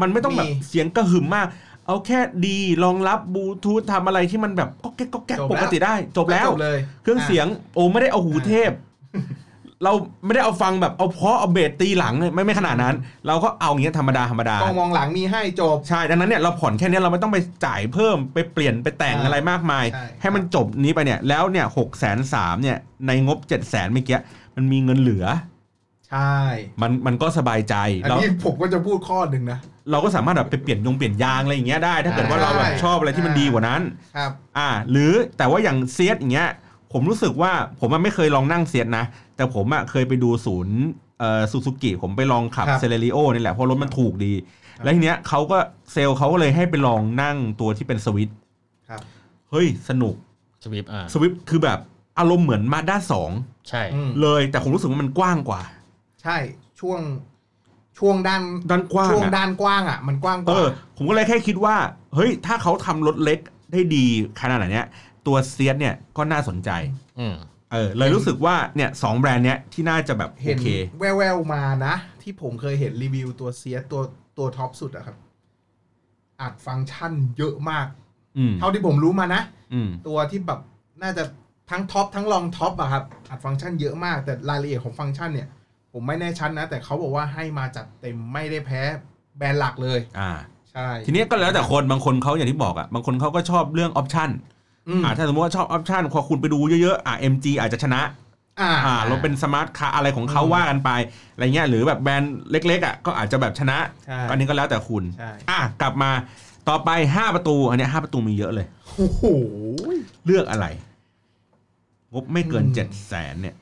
[SPEAKER 1] มันไม่ต้องแบบ
[SPEAKER 3] มี
[SPEAKER 1] เสียงกระหึ่มมาก เอาแค่ดีรองรับบลูทูธทำอะไรที่มันแบบก็แก๊กก็แก๊ก
[SPEAKER 3] จบแล้ว
[SPEAKER 1] ปกติได้ จบแล้ว
[SPEAKER 3] จบเลย
[SPEAKER 1] เครื่องเสียงโอ้ไม่ได้เอาหูเท พ เราไม่ได้เอาฟังแบบเอาเพราะเอาเบสตีหลังเลยไม่ไม่ขนาดนั้น เราก็เอาอย่างเงี้ยธรรมดาธรรมดา
[SPEAKER 3] อ่ากล้องมองหลังมีให้จบ
[SPEAKER 1] ใช่ดังนั้นเนี่ยเราผ่อนแค่เนี้ยเราไม่ต้องไปจ่ายเพิ่มไปเปลี่ยนไปแต่ง
[SPEAKER 3] อ่า
[SPEAKER 1] อะไรมากมาย
[SPEAKER 3] ใช่
[SPEAKER 1] ให้มันจบนี้ไปเนี่ยแล้วเนี่ยหกแสนสามเนี่ยในงบเจ็ดแสนเมื่อกี้มันมีเงินเหลือ
[SPEAKER 3] ใช่
[SPEAKER 1] มันมันก็สบายใจ
[SPEAKER 3] อัน
[SPEAKER 1] เรา
[SPEAKER 3] นี้ผมก็จะพูดข้อหนึ่งนะ
[SPEAKER 1] เราก็สามารถแบบไปเปลี่ยนยงเปลี่ยนยางอะไรอย่างเงี้ยได้ ถ้าเกิดว่าเราแบบ
[SPEAKER 3] ใช่
[SPEAKER 1] ชอบอะไรที่มันดีกว่านั้น
[SPEAKER 3] ครับ
[SPEAKER 1] อ่า หรือแต่ว่าอย่างเซียสอย่างเงี้ย ผมรู้สึกว่าผมอะไม่เคยลองนั่งเซียสนะ แต่ผมอะเคยไปดูศูนย์เอ่อซูซูกิผมไปลองขับ
[SPEAKER 3] ครับ
[SPEAKER 1] เซเลริโอนี่แหละเพราะรถมันถูกดี
[SPEAKER 3] ครับ
[SPEAKER 1] แล้วทีเนี้ยเขาก็เซลล์เขาก็เลยให้ไปลองนั่งตัวที่เป็นสวิตช์
[SPEAKER 3] ครับ
[SPEAKER 1] เฮ้ย สนุก
[SPEAKER 2] สวิปอ่า
[SPEAKER 1] สวิตช์คือแบบอารมณ์เหมือนมาด้าสอง
[SPEAKER 2] ใช่
[SPEAKER 3] อืม
[SPEAKER 1] เลย แต่ผมรู้สึกว่ามันกว้างกว่า
[SPEAKER 3] ใช่ช่วงช่วงด้าน
[SPEAKER 1] ด้านกว้าง
[SPEAKER 3] ช่วง
[SPEAKER 1] อะ
[SPEAKER 3] ด้านกว้างอ่ะ มันกว้างก
[SPEAKER 1] เอ
[SPEAKER 3] ว่า
[SPEAKER 1] อ ผมก็เลยแค่คิดว่า เฮ้ย ถ้าเขาทำรถเล็กได้ดีขนาดเนี้ย ตัวเซียสเนี่ยก็น่าสนใจ
[SPEAKER 2] อืม
[SPEAKER 1] เออ เลยรู้สึกว่าเนี่ยสองแบรนด์เนี้ยที่น่าจะแบบโอ
[SPEAKER 3] เห็น
[SPEAKER 1] เค
[SPEAKER 3] แววๆมานะ ที่ผมเคยเห็นรีวิวตัวเซียสตัวตัวท็อปสุดอะครับอัดฟังก์ชันเยอะมาก
[SPEAKER 1] อืม
[SPEAKER 3] เท่าที่ผมรู้มานะ
[SPEAKER 1] อืม
[SPEAKER 3] ตัวที่แบบน่าจะทั้งท็อปทั้งรองท็อปอะครับอัดฟังก์ชันเยอะมาก แต่รายละเอียดของฟังก์ชันเนี่ย ผมไม่แน่ชัดนะ แต่เขาบอกว่าให้มาจัดเต็มไม่ได้แพ้แบรนด์หลักเลย
[SPEAKER 1] อ่า
[SPEAKER 3] ใช่
[SPEAKER 1] ทีเนี้ยก็แล้วแต่คนบางคนเขาอย่างที่บอกอะบางคนเขาก็ชอบเรื่องออปชัน
[SPEAKER 3] อืม
[SPEAKER 1] อ่าถ้าสมมติว่าชอบออปชันพอคุณไปดูเยอะๆอ่า MG อาจจะชนะ
[SPEAKER 3] อ่า
[SPEAKER 1] อ่าเราเป็นสมาร์ทคาอะไรของเขา
[SPEAKER 3] อืม
[SPEAKER 1] ว่ากันไปอะไรเงี้ยหรือแบบแบรนด์เล็กๆอ่ะก็อาจจะแบบชนะ
[SPEAKER 3] ใช่
[SPEAKER 1] อันนี้ก็แล้วแต่คุณ
[SPEAKER 3] ใช่
[SPEAKER 1] อ่ะกลับมาต่อไป 5 ประตู อันเนี้ย5ประตูมีเยอะเลย
[SPEAKER 3] โอ้โห
[SPEAKER 1] เลือกอะไรงบไม่เกิน
[SPEAKER 3] อืม
[SPEAKER 1] 7จ็ดแสนเนี่ย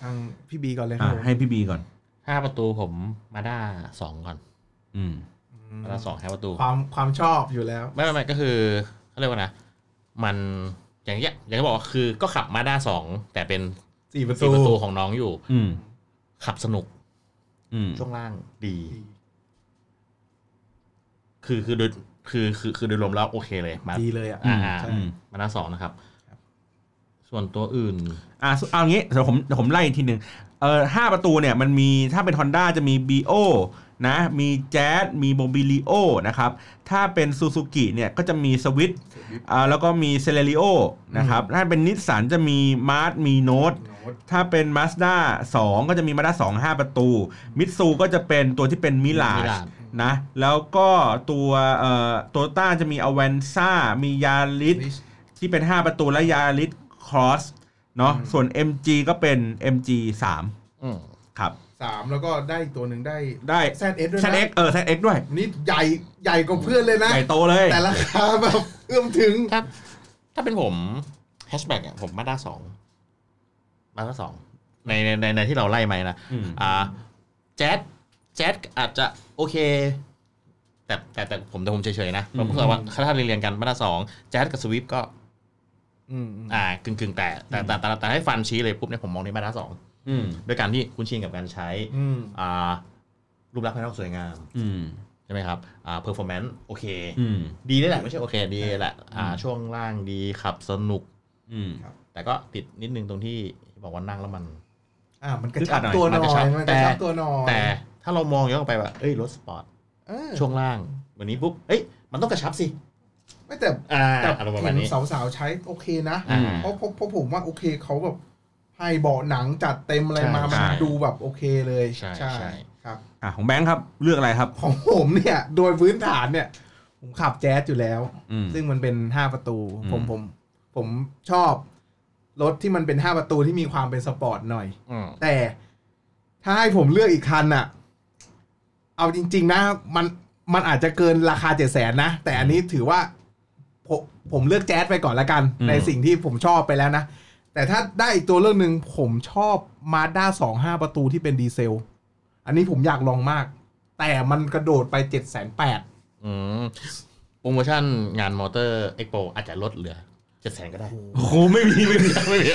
[SPEAKER 3] ทางพี่บีก่อนเลยค
[SPEAKER 1] อ่ะ
[SPEAKER 3] รับผม
[SPEAKER 1] ให้พี่บีก่อน
[SPEAKER 2] ห้าประตูผมมาด้าสองก่อน
[SPEAKER 1] อืม
[SPEAKER 3] อืม
[SPEAKER 2] มาด้าสองห้าประตู
[SPEAKER 3] ความความชอบอยู่แล้ว
[SPEAKER 2] ไม่ไม่ไม่ก็คือเขาเรียกว่านะ มันอย่างเงี้ยอย่างที่บอกว่าคือก็ขับมาด้าสองแต่เป็น
[SPEAKER 3] สี่ประตู
[SPEAKER 2] สี่ประตูของน้องอยู่
[SPEAKER 1] อืม
[SPEAKER 2] ขับสนุก
[SPEAKER 1] อืม
[SPEAKER 2] ช่วงล่างดี คือคือโดยคือคือคือโดยรวมแล้วโอเคเลยมา
[SPEAKER 3] ดีเลยอ่ะ
[SPEAKER 2] อ่า
[SPEAKER 3] ใช่
[SPEAKER 1] อืม
[SPEAKER 2] มาด้าสองนะครับ ส่วนตัวอื่น
[SPEAKER 1] อ่ะเอางี้เดี๋ยวผมเดี๋ยวผมไล่ทีหนึ่งเอ่อห้าประตูเนี่ยมันมีถ้าเป็น Honda จะมี BO นะ มีแจ๊สมีโมบิลิโอนะครับ ถ้าเป็นซูซูกิเนี่ยก็จะมีสวิต อ่าแล้วก็มีเซเลริโอนะครับ ถ้าเป็นนิสสันจะมีมาร์ m มีโนต
[SPEAKER 3] โน้ต
[SPEAKER 1] ถ้าเป็นมาสด้า2ก็จะมีมาสด้า2 5 ประตู มิตซูก็จะเป็นตัวที่เป็นมิลา
[SPEAKER 2] Mirage
[SPEAKER 1] ชนะ แล้วก็ตัวเอ่อโตต้าจะมีอเวนซ่ามียาริส
[SPEAKER 3] ลิช
[SPEAKER 1] ที่เป็น 5 ประตูและยาริสครอสเนาะ
[SPEAKER 3] อืม
[SPEAKER 1] ส่วน MG ก็เป็น MG
[SPEAKER 2] อืม
[SPEAKER 1] 3 ครับ
[SPEAKER 3] สามแล้วก็ได้อีกตัวหนึ่งได้
[SPEAKER 1] ได้
[SPEAKER 3] แซดเอสด้วย
[SPEAKER 1] แซ
[SPEAKER 3] นะ
[SPEAKER 1] เอ็กเออแซเอ็กด้วย
[SPEAKER 3] นี่ใหญ่ใหญ่กว่าเพื่อนเลยนะ
[SPEAKER 1] ใหญ่โตเลย
[SPEAKER 3] แต่ราคาแบบเอื้อมถึง
[SPEAKER 2] ถ้าถ้าเป็นผมแฮชแบ็กอ่ะผมมาด้าสองมาด้าสองในในในในที่เราไล่มานะ
[SPEAKER 1] อืม
[SPEAKER 2] อ่าแจ๊ดแจ๊ดอาจจะโอเค แต่แต่แต่ผมแต่ผมเฉยๆนะผมรู้สึกว่าถ้าเรียนๆกันมาตราสองแจ๊ดกับสวิฟก็
[SPEAKER 3] อืม
[SPEAKER 2] อ่ากึ่งกึ่งๆแต่แต่แต่แต่แต่แต่ให้ฟันชี้เลยปุ๊บเนี่ยผมมองในมาตราสอง
[SPEAKER 1] อืม
[SPEAKER 2] ด้วยการที่คุ้นชินกับการใช้
[SPEAKER 3] อืม
[SPEAKER 2] อ่ารูปลักษณ์ภายนอกสวยงาม
[SPEAKER 1] อืม
[SPEAKER 2] ใช่ไหมครับอ่าเพอร์ฟอร์แมนซ์โอเค
[SPEAKER 1] อืม
[SPEAKER 2] ดีได้แหละไม่ใช่โอเคดีแหละอ่าช่วงล่างดีขับสนุก
[SPEAKER 1] อืม
[SPEAKER 2] แต่ก็ติดนิดนึงตรงที่บอกว่านั่งแล้วมัน
[SPEAKER 3] อ่ามันกระชับ
[SPEAKER 1] คืออัดหน่อย
[SPEAKER 3] ตัวหน่
[SPEAKER 2] มันกระชั
[SPEAKER 3] อบยมันกระชับ
[SPEAKER 2] แต่
[SPEAKER 3] ตัวหน่อย
[SPEAKER 2] แต่ถ้าเรามองย้อนกลับไปว่าเอ้ยรถสปอร์ต
[SPEAKER 3] เออ
[SPEAKER 2] ช่วงล่างวันนี้ปุ๊บเอ้ยมันต้องกระชับสิ
[SPEAKER 3] ไม่แต่
[SPEAKER 2] อ่า
[SPEAKER 3] แต่
[SPEAKER 2] อารมณ์ประ
[SPEAKER 3] เห็
[SPEAKER 2] มาณ
[SPEAKER 3] น
[SPEAKER 2] นี้
[SPEAKER 3] สาวๆใช้โอเคนะ
[SPEAKER 2] อ่า
[SPEAKER 3] เพราะเพราะเพราะผมว่าโอเคเขาแบบให้เบาะหนังจัดเต็มอะไรมา
[SPEAKER 2] ใช่
[SPEAKER 3] มัน
[SPEAKER 2] ใช่
[SPEAKER 3] ดูแบบโอเคเลย
[SPEAKER 2] ใช่ใช่
[SPEAKER 3] ครับ
[SPEAKER 1] อ่ะของแบงค์ครับเลือกอะไรครับ
[SPEAKER 3] ของผมเนี่ย โดยพื้นฐานเนี่ย ผมขับแจ๊สอยู่แล้ว
[SPEAKER 1] อืม
[SPEAKER 3] ซึ่งมันเป็นห้าประตู
[SPEAKER 1] อืม
[SPEAKER 3] ผมผม ผมชอบรถที่มันเป็นห้าประตูที่มีความเป็นสปอร์ตหน่อย
[SPEAKER 2] อืม
[SPEAKER 3] แต่ถ้าให้ผมเลือกอีกคันอะเอาจริง ๆ นะ มันมันอาจจะเกินราคาเจ็ดแสนนะ แต่อันนี้ถือว่า ผมผมเลือกแจ๊สไปก่อนละกัน
[SPEAKER 1] อืม
[SPEAKER 3] ในสิ่งที่ผมชอบไปแล้วนะ แต่ถ้าได้อีกตัวเรื่องหนึ่งผมชอบมาด้าสองห้าประตูที่เป็นดีเซล อันนี้ผมอยากลองมาก แต่มันกระโดดไปเจ็ดแสนแปด
[SPEAKER 2] อืมโปรโมชั่นงานมอเตอร์เอ็กโปอาจจะลดเหลือเจ็ดแสนก็ได้
[SPEAKER 1] โอ้โหไม่มีไม่มี
[SPEAKER 2] ไม่มี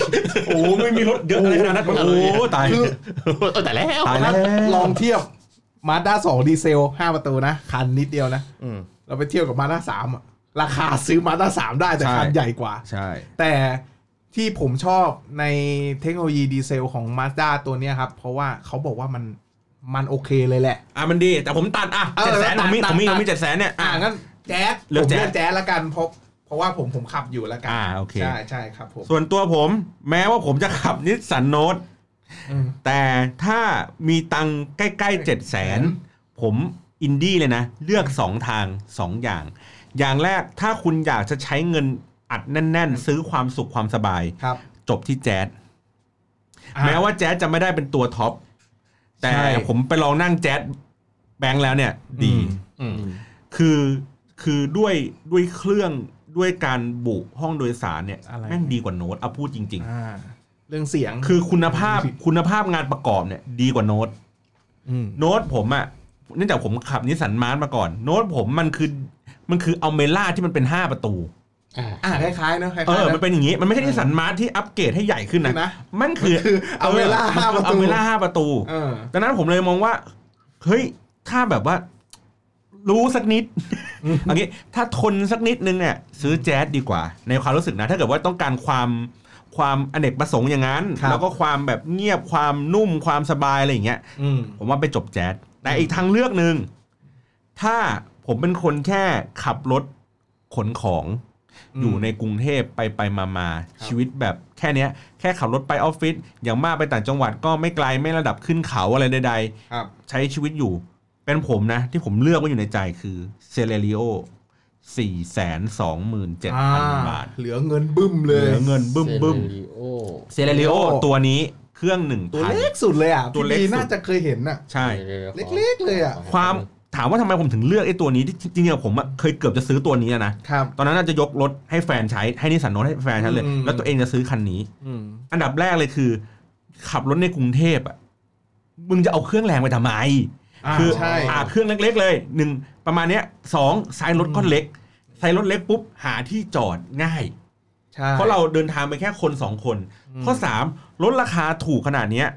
[SPEAKER 1] โอ้โหไม่มีรถเยอะอะไรขนาดนั้นโอ้โหตาย
[SPEAKER 3] คือ
[SPEAKER 2] เออแต่ แล้ว
[SPEAKER 1] ตายแล้ว
[SPEAKER 3] ลองเทียบมาด้าสองดีเซลห้าประตูนะ คันนิดเดียวนะ
[SPEAKER 2] อืม
[SPEAKER 3] เราไปเที่ยวกับมาด้าสามอะราคาซื้อมาด้าสามได้แต่
[SPEAKER 1] ใช่
[SPEAKER 3] คันใหญ่กว่า
[SPEAKER 1] ใช่
[SPEAKER 3] แต่ที่ผมชอบในเทคโนโลยีดีเซลของ Mazda ตัวเนี้ยครับ เพราะว่าเขาบอกว่ามันมันโอเคเลยแหละ
[SPEAKER 1] อ่ะมันดีแต่ผมตัดอ่ะ
[SPEAKER 3] เออ
[SPEAKER 1] เจ็ดแสน
[SPEAKER 3] ตั
[SPEAKER 1] ผ
[SPEAKER 3] ด
[SPEAKER 1] มมี
[SPEAKER 3] ตั
[SPEAKER 1] ผ
[SPEAKER 3] ด
[SPEAKER 1] มมีผ
[SPEAKER 3] ตัด
[SPEAKER 1] มมีเจ็ดแสนเนี่ย
[SPEAKER 3] อ่า
[SPEAKER 1] อ่ะ
[SPEAKER 3] งั้นแจ๊ส
[SPEAKER 1] เลือก
[SPEAKER 3] ผม
[SPEAKER 1] แจ๊ส
[SPEAKER 3] เลือกแจ๊สละกันเพราะเพราะว่าผมผมขับอยู่ละกัน
[SPEAKER 1] อ่าโอเค
[SPEAKER 3] ใช่ใช่ครับผม
[SPEAKER 1] ส่วนตัวผมแม้ว่าผมจะขับนิสสันโนต
[SPEAKER 3] อืม
[SPEAKER 1] แต่ถ้ามีตังค์ใกล้ๆเจ็ดแสนผมอินดี้เลยนะ เลือก 2 ทาง 2 อย่าง อย่างแรกถ้าคุณอยากจะใช้เงินอัดแน่น ๆ ซื้อความสุขความสบาย
[SPEAKER 3] ครับ
[SPEAKER 1] จบที่แจ๊ส
[SPEAKER 3] อ่ะ
[SPEAKER 1] แม้ว่าแจ๊สจะไม่ได้เป็นตัวท็อปแต่
[SPEAKER 3] ใช่
[SPEAKER 1] ผมไปลองนั่งแจ๊สแบงค์แล้วเนี่ย ดี
[SPEAKER 2] อืม
[SPEAKER 1] คือคือด้วยด้วยเครื่องด้วยการบุห้องโดยสารเนี่ย
[SPEAKER 3] อะไร
[SPEAKER 1] แม่งดีกว่าโน้ตเอาพูดจริง
[SPEAKER 3] อ่าเรื่องเสียง
[SPEAKER 1] ๆ คือคุณภาพคุณภาพงานประกอบเนี่ยดีกว่าโน้ต
[SPEAKER 3] อืม
[SPEAKER 1] โน้ตผมอะเนื่องจากผมขับนิสสันมาร์มาก่อน โน้ตผมมันคือมันคือเอาเมล่าที่มันเป็น 5 ประตู
[SPEAKER 2] อ่า
[SPEAKER 3] อ่าคล้ายๆเนอะคล้าย
[SPEAKER 1] เออ
[SPEAKER 3] ๆ
[SPEAKER 1] มันเป็นอย่างนี้ มันไม่ใช่นิสสันมาร์ทที่อัปเกรดให้ใหญ่ขึ้นนะ
[SPEAKER 3] นะ
[SPEAKER 1] มันคือ
[SPEAKER 3] มันคือเอาเวลาห้าประตู
[SPEAKER 1] เอาเวลาห้าประตู
[SPEAKER 3] เออ
[SPEAKER 1] ดังนั้นผมเลยมองว่า เฮ้ย ถ้าแบบว่า รู้สัก นิดเอันนี้ ถ้าทนสักนิดนึงเนี่ย ซื้อแจ๊สดีกว่า ในความรู้สึกนะ ถ้าเกิดว่าต้องการความความอเนกประสงค์อย่างนั้น
[SPEAKER 3] ครับ
[SPEAKER 1] แล้วก็ความแบบเงียบความนุ่มความสบายอะไรอย่างเงี้ย
[SPEAKER 3] อืม
[SPEAKER 1] ผมว่าไปจบแจ๊สแต่อีกทางเลือกหนึ่ง ถ้าผมเป็นคนแค่ขับรถขนของ
[SPEAKER 3] อืม
[SPEAKER 1] อยู่ในกรุงเทพไปไปมามาชีวิตแบบแค่เนี้ย แค่ขับรถไปออฟฟิศอย่างมากไปต่างจังหวัดก็ไม่ไกลไม่ระดับขึ้นเขาอะไรใด
[SPEAKER 4] ครับ
[SPEAKER 1] ๆ ใช้ชีวิตอยู่ เป็นผมนะ ที่ผมเลือกไว้อยู่ในใจคือเซเลริโอสี่แสนสองหมื่นเจ็ดพันบาท
[SPEAKER 3] เหลือเงินบึ้มเล
[SPEAKER 1] เห
[SPEAKER 3] ย
[SPEAKER 1] ลือเงินบึ้มบึ้ม
[SPEAKER 2] เซเลริโอ
[SPEAKER 1] เซเลริโอตัวนี้เครื่องหนึ่ง
[SPEAKER 3] ตัว
[SPEAKER 1] พัน
[SPEAKER 3] เล็กสุดเลยอ่ะ
[SPEAKER 1] ตัวเล็กสุด
[SPEAKER 3] พี่น่าจะเคยเห็นอ่ะ
[SPEAKER 1] ใช่
[SPEAKER 2] ซ
[SPEAKER 3] เล็กๆเลยอะ
[SPEAKER 1] ความถามว่าทำไมผมถึงเลือกไอ้ตัวนี้ที่จริงๆอะผมอะเคยเกือบจะซื้อตัวนี้แล้วนะครับ ตอนนั้นน่าจะยกรถให้แฟนใช้ให้นิสสันโนตให้แฟนใช้เลย
[SPEAKER 3] อืม
[SPEAKER 1] แล้วตัวเองจะซื้อคันนี้
[SPEAKER 3] อืม
[SPEAKER 1] อันดับแรกเลยคือ ขับรถในกรุงเทพอ่ะมึงจะเอาเครื่องแรงไปทำไม
[SPEAKER 3] อ่า
[SPEAKER 1] คือ
[SPEAKER 3] ใช่
[SPEAKER 1] อ่าเครื่องเล็ก ๆ เลยหนึ่งประมาณเนี้ยสองไซส์รถก็เล็กไซส์รถเล็กปุ๊บหาที่จอดง่าย
[SPEAKER 3] ใช่
[SPEAKER 1] เพราะเราเดินทางไปแค่คนสองคน ข้อสามลดราคาถูกขนาดเนี้ย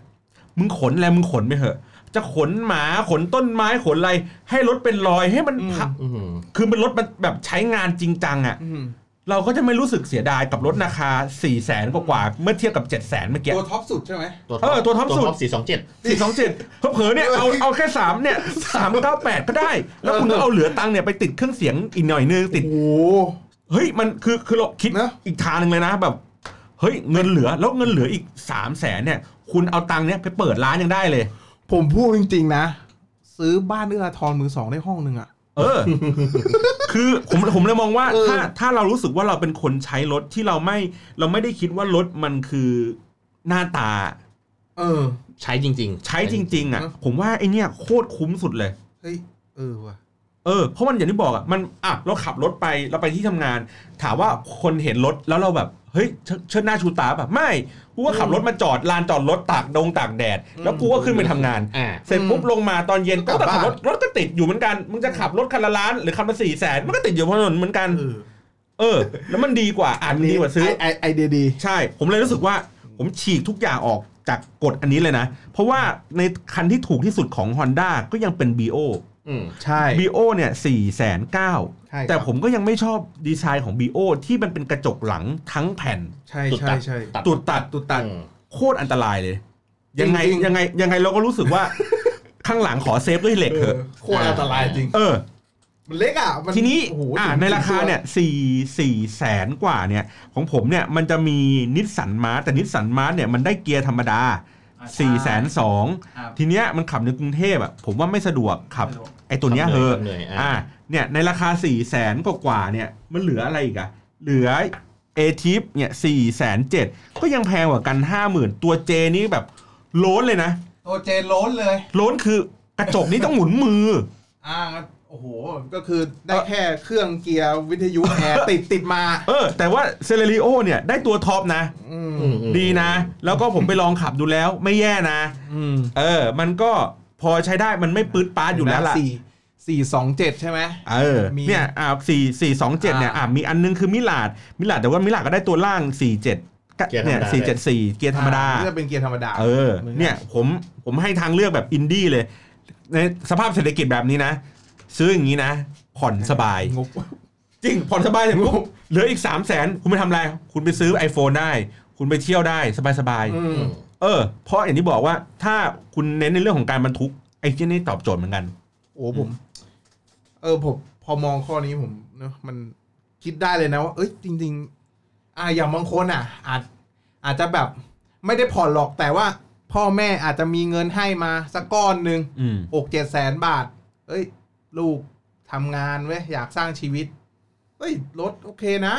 [SPEAKER 1] มึงขนแล้วมึงขนไปเถอะ จะขนหมาขนต้นไม้ขนอะไร ให้รถเป็นรอยให้มัน
[SPEAKER 3] อืม
[SPEAKER 1] พับ
[SPEAKER 2] อื้อหือ
[SPEAKER 1] คือเป็นรถมันแบบใช้งานจริงจังอะ่ะ
[SPEAKER 3] อืม
[SPEAKER 1] เราก็จะไม่รู้สึกเสียดายกับรถราคา4ี่แสนกว่าๆเมื่อเทียบกับ7จ็ดแสนเมื่อกี้
[SPEAKER 3] ตัวท็อปสุดใช่ไหม
[SPEAKER 2] ตัว
[SPEAKER 1] เออตัวท็อปสุด
[SPEAKER 2] สี่สองเจ็ด
[SPEAKER 1] สี่สองเจ็ดเผลอๆเนี่ยเอาเอาแค่สามเนี่ยสามเก้าแปดก็ได้ แล้วคุณก็เอาเหลือตังค์เนี่ยไปติดเครื่องเสียงอีกหน่อยนึงติด
[SPEAKER 3] โอ้โห
[SPEAKER 1] เฮ้ยมันคือคือเราคิด
[SPEAKER 3] นะ
[SPEAKER 1] อีกทางหนึ่งเลยนะแบบ เฮ้ยเงินเหลือแล้วเงินเหลืออีก3ามแสนเนี่ย คุณเอาตังค์เนี่ยไปเปิดร้านยังได้เลย
[SPEAKER 3] ผมพูดจริงๆนะ ซื้อบ้านเอื้ออาทรมือสองได้ห้องหนึ่งอ่ะ
[SPEAKER 1] เออ คือผมผมเลยมองว่า
[SPEAKER 3] เออ
[SPEAKER 1] ถ้าถ้าเรารู้สึกว่าเราเป็นคนใช้รถที่เราไม่ เราไม่ได้คิดว่ารถมันคือหน้าตา
[SPEAKER 3] เออ
[SPEAKER 2] ใช้จริงๆ
[SPEAKER 1] ใช้จริง ๆ อ่ะ
[SPEAKER 3] เออ
[SPEAKER 1] ผมว่าไอเนี่ยโคตรคุ้มสุดเลย
[SPEAKER 3] เฮ้ย เออว่ะ
[SPEAKER 1] เออเพราะมันอย่างที่บอกอ่ะมันอ่ะเราขับรถไปเราไปที่ทำงาน ถามว่าคนเห็นรถแล้วเราแบบเฮ้ยเชิเชิดหน้าชูตาแบบไม่กูก็ขับรถมาจอดลานจอดรถตากดงตากแดด แล้วกูก็ขึ้นไปทำงาน
[SPEAKER 2] อ่า
[SPEAKER 1] เสร็จปุ๊บลงมาตอนเย็น
[SPEAKER 3] กลั
[SPEAKER 1] ก็
[SPEAKER 3] บ
[SPEAKER 1] แต่ขับ
[SPEAKER 3] บ้าน
[SPEAKER 1] รถรถก็ติดอยู่เหมือนกันมึงจะขับรถคันละล้านหรือคันละสี่แสนมันก็ติดอยู่บนถนนเหมือนกัน
[SPEAKER 3] เออ
[SPEAKER 1] เออ แล้วมันดีกว่าอ่านดีกว่าซื้อ
[SPEAKER 3] ไอไอเดียดี
[SPEAKER 1] ใช่ ผมเลยรู้สึกว่าผมฉีกทุกอย่างออกจากกฎอันนี้เลยนะ เพราะว่าในคันที่ถูกที่สุดของ Honda ก็ยังเป็น BO
[SPEAKER 2] อืม
[SPEAKER 3] ใช่
[SPEAKER 1] บีโอเนี่ยสี่แสนเก้า
[SPEAKER 3] ใช่ครับ
[SPEAKER 1] แต่ผมก็ยังไม่ชอบดีไซน์ของบีโอที่มันเป็นกระจกหลังทั้งแผ่น
[SPEAKER 3] ใช่
[SPEAKER 2] ตุด
[SPEAKER 3] ใช่
[SPEAKER 2] ตัด
[SPEAKER 3] ใช่
[SPEAKER 2] ตัด
[SPEAKER 1] ตุดตัด
[SPEAKER 3] ตุดตัด
[SPEAKER 2] อืม
[SPEAKER 1] โคตรอันตรายเลย ยังไง
[SPEAKER 3] จริงๆ
[SPEAKER 1] ยังไงยังไงเราก็รู้สึก ว่า ข้างหลังขอเซฟด้วยเหล็กเถอะ
[SPEAKER 3] โคตรอันตรายจริง
[SPEAKER 1] เออ
[SPEAKER 3] มันเล็กอ่ะ มั
[SPEAKER 1] ทีนี้
[SPEAKER 3] โอ้โห
[SPEAKER 1] อ่ะ
[SPEAKER 3] ถึง
[SPEAKER 1] ในราคาเนี่ยสี่สี่แสนกว่าเนี่ย ของผมเนี่ยมันจะมีนิสสันมาร์แต่นิสสันมาร์เนี่ยมันได้เกียร์ธรรมดา
[SPEAKER 5] อ่าใช่
[SPEAKER 1] สี่แสนสอง
[SPEAKER 5] ครับ
[SPEAKER 1] ทีเนี้ยมันขับในกรุงเทพอ่ะผมว่าไม่สะดวกขับ ไอตัวเนี้ย
[SPEAKER 2] ขับ
[SPEAKER 1] เห
[SPEAKER 2] เหนื่อย
[SPEAKER 1] อะ
[SPEAKER 2] ขับเหนื่อยอ่ะ
[SPEAKER 1] อ่า เนี่ยในราคาสี่แสนกว่าๆเนี่ย มันเหลืออะไรอีกอะเหลือเอทิปเนี่ยสี่แสนเจ็ดก็ยังแพงกว่ากันห้าหมื่นตัวเจนี่แบบโล้นเลยนะ
[SPEAKER 3] ตัวเจนโล้นเลย
[SPEAKER 1] โล้นคือกระจกนี่ต้องหมุนมือ
[SPEAKER 3] อ่างั้นโอ้โห ก็คือได้แค่เครื่องเกียร์วิทยุ แอร์ติดติดมา
[SPEAKER 1] เออ แต่ว่าเซเลริโอเนี่ย ได้ตัวท็อปนะ
[SPEAKER 3] อืม
[SPEAKER 2] อืมอืม
[SPEAKER 1] ดีนะ แล้วก็ผมไปลองขับดูแล้วไม่แย่นะ
[SPEAKER 3] อืม
[SPEAKER 1] เออ มันก็พอใช้ได้มันไม่ปื๊ดป๊าดอยู่แล้วล่ะ
[SPEAKER 3] สี่สี่สองเจ็ดใช่ไหม
[SPEAKER 1] เออ
[SPEAKER 3] มี
[SPEAKER 1] เนี่ยอ่าสี่สี่สองเจ็ดเนี่ย
[SPEAKER 3] อ่า
[SPEAKER 1] อ่ามีอันนึงคือมิลาดมิลาดแต่ว่ามิลาดก็ได้ตัวล่างสี่เจ็ด
[SPEAKER 2] เกียร์ธรรมดา
[SPEAKER 1] เนี่ยสี่เจ็ดสี่เกียร์ธรรมดา
[SPEAKER 3] เพื่อเป็นเกียร์ธรรมดา
[SPEAKER 1] เออ
[SPEAKER 3] เหมือนกัน
[SPEAKER 1] เนี่ยผมผมให้ทางเลือกแบบอินดี้เลย ในสภาพเศรษฐกิจแบบนี้นะ ซื้ออย่างนี้นะ ผ่อนสบาย
[SPEAKER 3] งบ
[SPEAKER 1] จริง ผ่อนสบายเสร็จปุ๊บเหลืออีกสามแสนคุณไปทำอะไร คุณไปซื้อ iPhone ได้ คุณไปเที่ยวได้สบายๆ
[SPEAKER 3] อื
[SPEAKER 2] อื
[SPEAKER 3] ม
[SPEAKER 2] ม
[SPEAKER 1] เออเพราะอย่างที่บอกว่าถ้าคุณเน้นในเรื่องของการบรรทุกไอ้ที่นี่ตอบโจทย์เหมือนกัน
[SPEAKER 3] โอ้ผม เออผมพอมองข้อนี้ผมเนอะมันคิดได้เลยนะว่า เอ้ยจริง ๆ อ่าอย่างบางคนอ่ะ อาจอาจจะแบบไม่ได้ผ่อนหรอกแต่ว่า พ่อแม่อาจจะมีเงินให้มาสักก้อนหนึ่ง
[SPEAKER 1] อืม
[SPEAKER 3] หกเจ็ดแสนบาท เอ้ย ลูกทำงานเว้ย อยากสร้างชีวิต เอ้ยรถโอเคนะ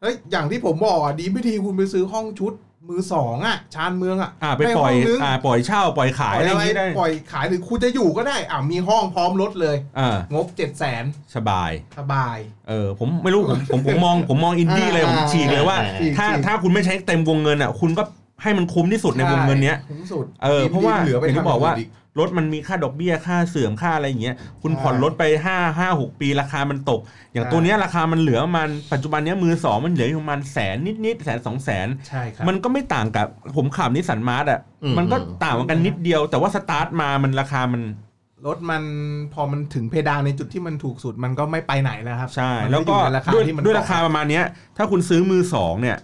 [SPEAKER 3] เอ้ย อย่างที่ผมบอกอ่ะ ดีไม่ดีคุณไปซื้อห้องชุด มือสองอ่ะ ชานเมืองอ่ะ
[SPEAKER 1] อ่าไปปล่อย
[SPEAKER 3] ด้ห้งนึง
[SPEAKER 1] อ่าปล่อยเช่าปล่อยขายอะไรอย่างงี้ได้
[SPEAKER 3] ปล่อยขายหรือคุณจะอยู่ก็ได้ อ่ะ มีห้องพร้อมรถเลย
[SPEAKER 1] อ่าง
[SPEAKER 3] บเจ็ดแสน
[SPEAKER 1] สบาย
[SPEAKER 3] สบาย
[SPEAKER 1] เออผมไม่รู้ผมผมผมมองผมมองอินดี้เลยผมฉีกเลยว่า
[SPEAKER 3] ฉีก
[SPEAKER 1] ถ้า
[SPEAKER 3] ฉีก
[SPEAKER 1] ถ้าคุณไม่ใช้เต็มวงเงินอ่ะ คุณก็ให้มันคุ้มที่สุดในวงเงินเนี้ย
[SPEAKER 3] ช่คุ้มสุด
[SPEAKER 1] เออเพราะว่า
[SPEAKER 3] ดีไม่ดีเหลือไป
[SPEAKER 1] อย่างที่
[SPEAKER 3] ทำ
[SPEAKER 1] บอกว่า
[SPEAKER 3] นน
[SPEAKER 1] รถมันมีค่าดอกเบี้ยค่าเสื่อมค่าอะไรอย่างเงี้ยคุณผ่อนรถไปห้าห้าหกปีราคามันตก อย่าง
[SPEAKER 4] ใช่
[SPEAKER 1] ตัวเนี้ยราคามันเหลือประมันปัจจุบันเนี้ยมือสองมันเหลืออยู่ประมาณแสนนิดนิดๆแสนสองแสน
[SPEAKER 3] ใช่ครับ
[SPEAKER 1] มันก็ไม่ต่างกับผมขับนิสสันมาร์ทอ่ะ
[SPEAKER 2] อืม
[SPEAKER 1] มันก็ต่างกันนิดเดียว แต่ว่าสตาร์ทมามันราคามัน
[SPEAKER 3] รถมันพอมันถึงเพดานในจุดที่มันถูกสุดมันก็ไม่ไปไหนแล้วครับ
[SPEAKER 1] ใช่
[SPEAKER 3] มัน
[SPEAKER 1] แล้วก็
[SPEAKER 3] อยู่ในราคา
[SPEAKER 1] ด้วย
[SPEAKER 3] ที่มัน
[SPEAKER 1] ด้วยราคาประมาณเนี้ย ถ้าคุณซื้อมือสองเนี่ย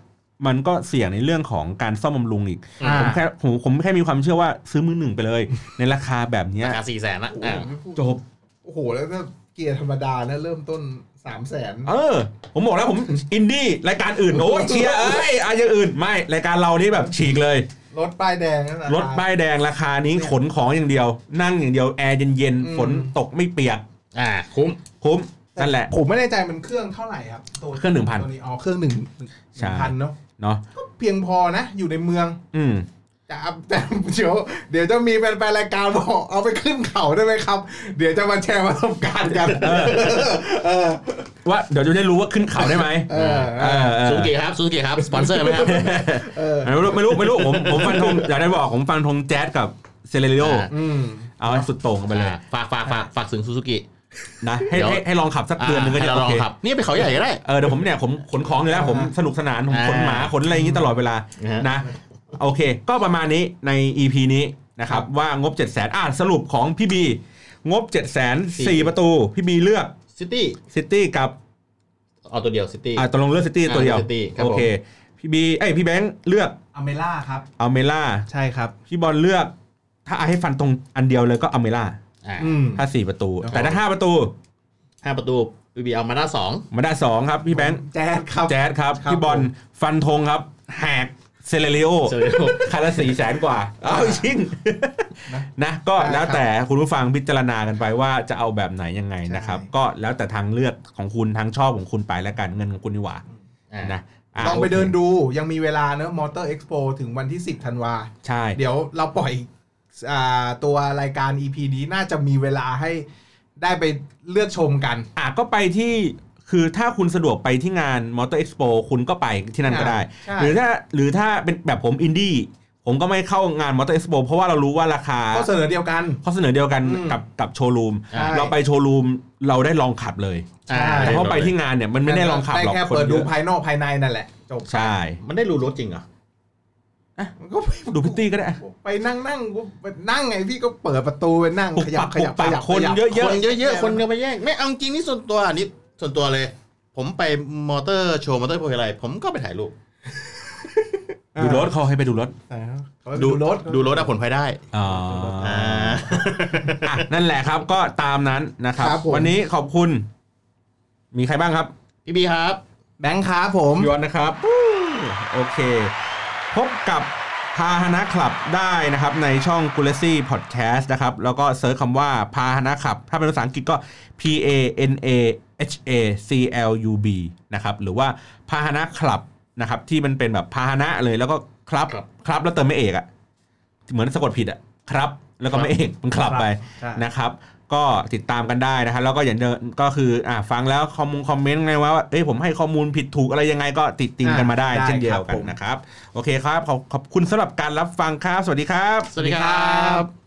[SPEAKER 1] มันก็เสี่ยงในเรื่องของการซ่อมบำรุงอีก
[SPEAKER 2] อ่า
[SPEAKER 1] ผมแค่ผมผมแค่มีความเชื่อว่าซื้อมือหนึ่งไปเลย ในราคาแบบเนี้ย
[SPEAKER 2] ราคาสี่แสนอะ
[SPEAKER 4] โอ้โห
[SPEAKER 2] อ่ะ
[SPEAKER 4] ไม่พูด
[SPEAKER 1] จบ
[SPEAKER 4] โอ้โห แล้วถ้าเกียร์ธรรมดานะเริ่มต้นสามแสน
[SPEAKER 1] เออ ผมบอกแล้วผม อินดี้รายการอื่นโอ้ยเชียร์เอ้ยอะไรอย่างอื่นไม่รายการเรานี่แบบฉีกเลย
[SPEAKER 4] รถป้ายแดงนั่นแหละ
[SPEAKER 1] รถป้ายแดงราคานี้ขนของอย่างเดียว นั่งอย่างเดียวแอร์เย็น
[SPEAKER 4] อืม
[SPEAKER 1] ๆฝนตกไม่เปียก
[SPEAKER 2] อ่า คุ้ม
[SPEAKER 1] คุ้มนั่นแหละ
[SPEAKER 3] ผมไม่แน่ใจมันเครื่องเท่าไหร่ครับตัว
[SPEAKER 1] เครื่อง1,000
[SPEAKER 3] ตัวนี้อ๋อเครื่องหนึ่ง
[SPEAKER 1] ใช่
[SPEAKER 3] พันเนาะ
[SPEAKER 1] เนาะ
[SPEAKER 3] ก็เพียงพอนะ อยู่ในเมือง
[SPEAKER 1] อืม
[SPEAKER 4] จะ อัพแต่เดี๋ยวเดี๋ยวจะมีแฟนๆรายการบอกเอาไปขึ้นเขาได้ไหมครับ เดี๋ยวจะมาแชร์ประสบการณ์กัน
[SPEAKER 1] เออ
[SPEAKER 4] เอ อ
[SPEAKER 1] ว่าเดี๋ยวจะได้รู้ว่าขึ้นเขาได้ไหม
[SPEAKER 4] เออ
[SPEAKER 1] เออเออ
[SPEAKER 2] ซูซูกิครับซูซูกิครับ สปอนเซอร์ไหมครับ
[SPEAKER 4] เออ
[SPEAKER 1] ไม่รู้ไม่รู้ไม่รู้ผมผมฟันธงอยากได้บอกผมฟันธงแจ๊สกับเซเลริโอ
[SPEAKER 2] อ่า
[SPEAKER 4] อืม
[SPEAKER 1] เอาให้สุดโต่งกันไปเลย
[SPEAKER 2] อ่าฝากฝากฝากฝากถึงซูซูกิ
[SPEAKER 1] นะให้
[SPEAKER 2] เดี๋ยว
[SPEAKER 1] ให้ให้ลองขับสักเดือนหนึงก็
[SPEAKER 2] ให้
[SPEAKER 1] จะ
[SPEAKER 2] เรา
[SPEAKER 1] โอ
[SPEAKER 2] ลอง
[SPEAKER 1] เค
[SPEAKER 2] ขับ นี่ไปเขาใหญ่ก็ได้
[SPEAKER 1] เออเดี๋ยวผมเนี่ยผมขนของอยู่แล้วผมสนุกสนานผมขนหมาขนอะไรอย่างนี้ตลอดเวลา
[SPEAKER 2] อ่าน
[SPEAKER 1] นะโอเค ก็ประมาณนี้ใน EP นี้นะครับว่างบ 7 0 0 0 0 0อ่าสรุปของพี่บีงบ 7 0 0 0 0 4ประตูพี่บีเลือก
[SPEAKER 2] ซิตี้
[SPEAKER 1] ซิตี้กับ
[SPEAKER 2] เอาตัวเดียวซิตี้
[SPEAKER 1] อ่าตกลงเลือกซิตี้ตัวเดียว
[SPEAKER 2] อ่า City ครับผม
[SPEAKER 1] โอเคพี่บีเอ้ยพี่แบงค์เลือก
[SPEAKER 3] อเมล่าครับ
[SPEAKER 1] เอาเมล่า
[SPEAKER 3] ใช่ครับ
[SPEAKER 1] พี่บอลเลือกถ้าเอาให้ฟันตรงอันเดียวเลยก็อเมล่า
[SPEAKER 2] อ่า
[SPEAKER 3] อืม
[SPEAKER 1] ถ้าสี่ประตู
[SPEAKER 3] ครับ
[SPEAKER 1] แต่ถ้าห้าประตู
[SPEAKER 2] ห้าประตูบีบีเอามาด้าสอง
[SPEAKER 1] มาได้สองครับ พี่แบงค์
[SPEAKER 3] แจ๊ดครับ
[SPEAKER 1] แจ๊ดครับ
[SPEAKER 3] ครับ
[SPEAKER 1] พี่บอลฟันธงครับแหกเซเลเรโอ
[SPEAKER 2] เซเลโอ
[SPEAKER 1] คันละสี่แสนกว่า เอาจริงนะก็แล้วแต่คุณผู้ฟังพิจารณากันไปว่าจะเอาแบบไหนยังไงนะครับ ก็แล้วแต่ทางเลือกของคุณทางชอบของคุณไปแล้วกันเงินของคุณดีกว่า
[SPEAKER 2] อ่า
[SPEAKER 1] นะะ
[SPEAKER 3] ลองไป
[SPEAKER 1] โค
[SPEAKER 3] เดินดูยังมีเวลาเนอะมอเตอร์เอ็กซ์โปถึงวันที่ 10ธันวา
[SPEAKER 1] ใช่
[SPEAKER 3] เดี๋ยวเราปล่อยอ่าตัวรายการ EP นี้น่าจะมีเวลาให้ได้ไปเลือกชมกัน
[SPEAKER 1] อ่ะก็ไปที่คือถ้าคุณสะดวกไปที่งานมอเตอร์เอ็กซ์โปคุณก็ไปที่นั่นก็ได้
[SPEAKER 3] ใช่
[SPEAKER 1] หรือถ้าหรือถ้าเป็นแบบผมอินดี้ผมก็ไม่เข้างานมอเตอร์เอ็กซ์โปเพราะว่าเรารู้ว่าราคา
[SPEAKER 3] ข้อเสนอเดียวกัน
[SPEAKER 1] ข้อเสนอเดียวกัน
[SPEAKER 3] อืม
[SPEAKER 1] กับกับโชว์รูม
[SPEAKER 2] ใช่
[SPEAKER 1] เราไปโชว์รูมเราได้ลองขับเลย
[SPEAKER 2] อ่า
[SPEAKER 3] ใช่
[SPEAKER 1] แต่พอไปที่งานเนี่ยมันไม่ได้ลองขับ
[SPEAKER 3] ได้
[SPEAKER 1] หรอก
[SPEAKER 3] แค่
[SPEAKER 1] คน
[SPEAKER 3] เปิดดู
[SPEAKER 1] เยอะ
[SPEAKER 3] ภายนอกภายในนั่นแหละจบ
[SPEAKER 1] ใช่
[SPEAKER 2] มันได้รู้รถจริงเหรอ
[SPEAKER 3] มันก็ไป
[SPEAKER 1] ดูพิตตี้ก็ได้
[SPEAKER 3] ไปนั่งนั่งไปนั่งไงพี่ก็เปิดประตูไปนั่ง
[SPEAKER 1] ปุก
[SPEAKER 3] ขยั
[SPEAKER 1] ปั
[SPEAKER 3] บ
[SPEAKER 1] ก
[SPEAKER 3] ข
[SPEAKER 1] ปุ
[SPEAKER 3] ยั
[SPEAKER 1] ก
[SPEAKER 3] บ
[SPEAKER 1] ปั
[SPEAKER 3] ข
[SPEAKER 1] ก
[SPEAKER 3] ยับ
[SPEAKER 1] คน
[SPEAKER 3] ขยับ
[SPEAKER 1] เย
[SPEAKER 2] ค
[SPEAKER 1] อะ
[SPEAKER 2] นเยอะ
[SPEAKER 3] แย่
[SPEAKER 2] ๆ คนเดียวไปแย่ง ไม่เอาจริงนี่ส่วนตัวอันนี้ส่วนตัวเลย ผมไปมอเตอร์โชว์มอเตอร์โพลอะไร ผมก็ไปถ่ายรูป
[SPEAKER 1] ๆดูรถเขาให้ไปดูรถ
[SPEAKER 3] แต่เขาดูรถ
[SPEAKER 2] ดูรถอะผลภายได้
[SPEAKER 1] อ๋อ
[SPEAKER 2] อ่า
[SPEAKER 1] อ่ะนั่นแหละครับก็ตามนั้นนะครับ
[SPEAKER 4] ครับผม
[SPEAKER 1] วันนี้ขอบคุณ มีใครบ้างครับ
[SPEAKER 2] พี่บีครับ
[SPEAKER 3] แบงค์ครับผม
[SPEAKER 1] ยอนนะครับอู้โอเค พบกับพาหนะคลับได้นะครับในช่อง g u l a s y Podcast นะครับ แล้วก็เซิร์ชคำว่าพาหนะคลับ ถ้าเป็นภาษาอังกฤษก็ P A N A H A C L U B นะครับ หรือว่าพาหนะคลับนะครับ ที่มันเป็นแบบพาหนะเลยแล้วก็ครับ
[SPEAKER 2] ครับ
[SPEAKER 1] ครับแล้วเติมไม่เอกอะเหมือนสะกดผิดอะครับ แล้วก็ไม่เอกมันคลับไป
[SPEAKER 3] ครับ
[SPEAKER 1] นะครับก็ติดตามกันได้นะครับแล้วก็อย่างเดิมก็คืออ่าฟังแล้วคอมมงคอมเมนต์ไงว่าเอ้ยผมให้ข้อมูลผิดถูกอะไรยังไงก็ติดติงกันมาได้
[SPEAKER 3] อ่าได้
[SPEAKER 1] เช่นเดียวกัน
[SPEAKER 3] ครับผม
[SPEAKER 1] นะครับ โอเคครับ ขอบขอบคุณสำหรับการรับฟังครับ สวัสดีครับ
[SPEAKER 2] สวัสดีครับ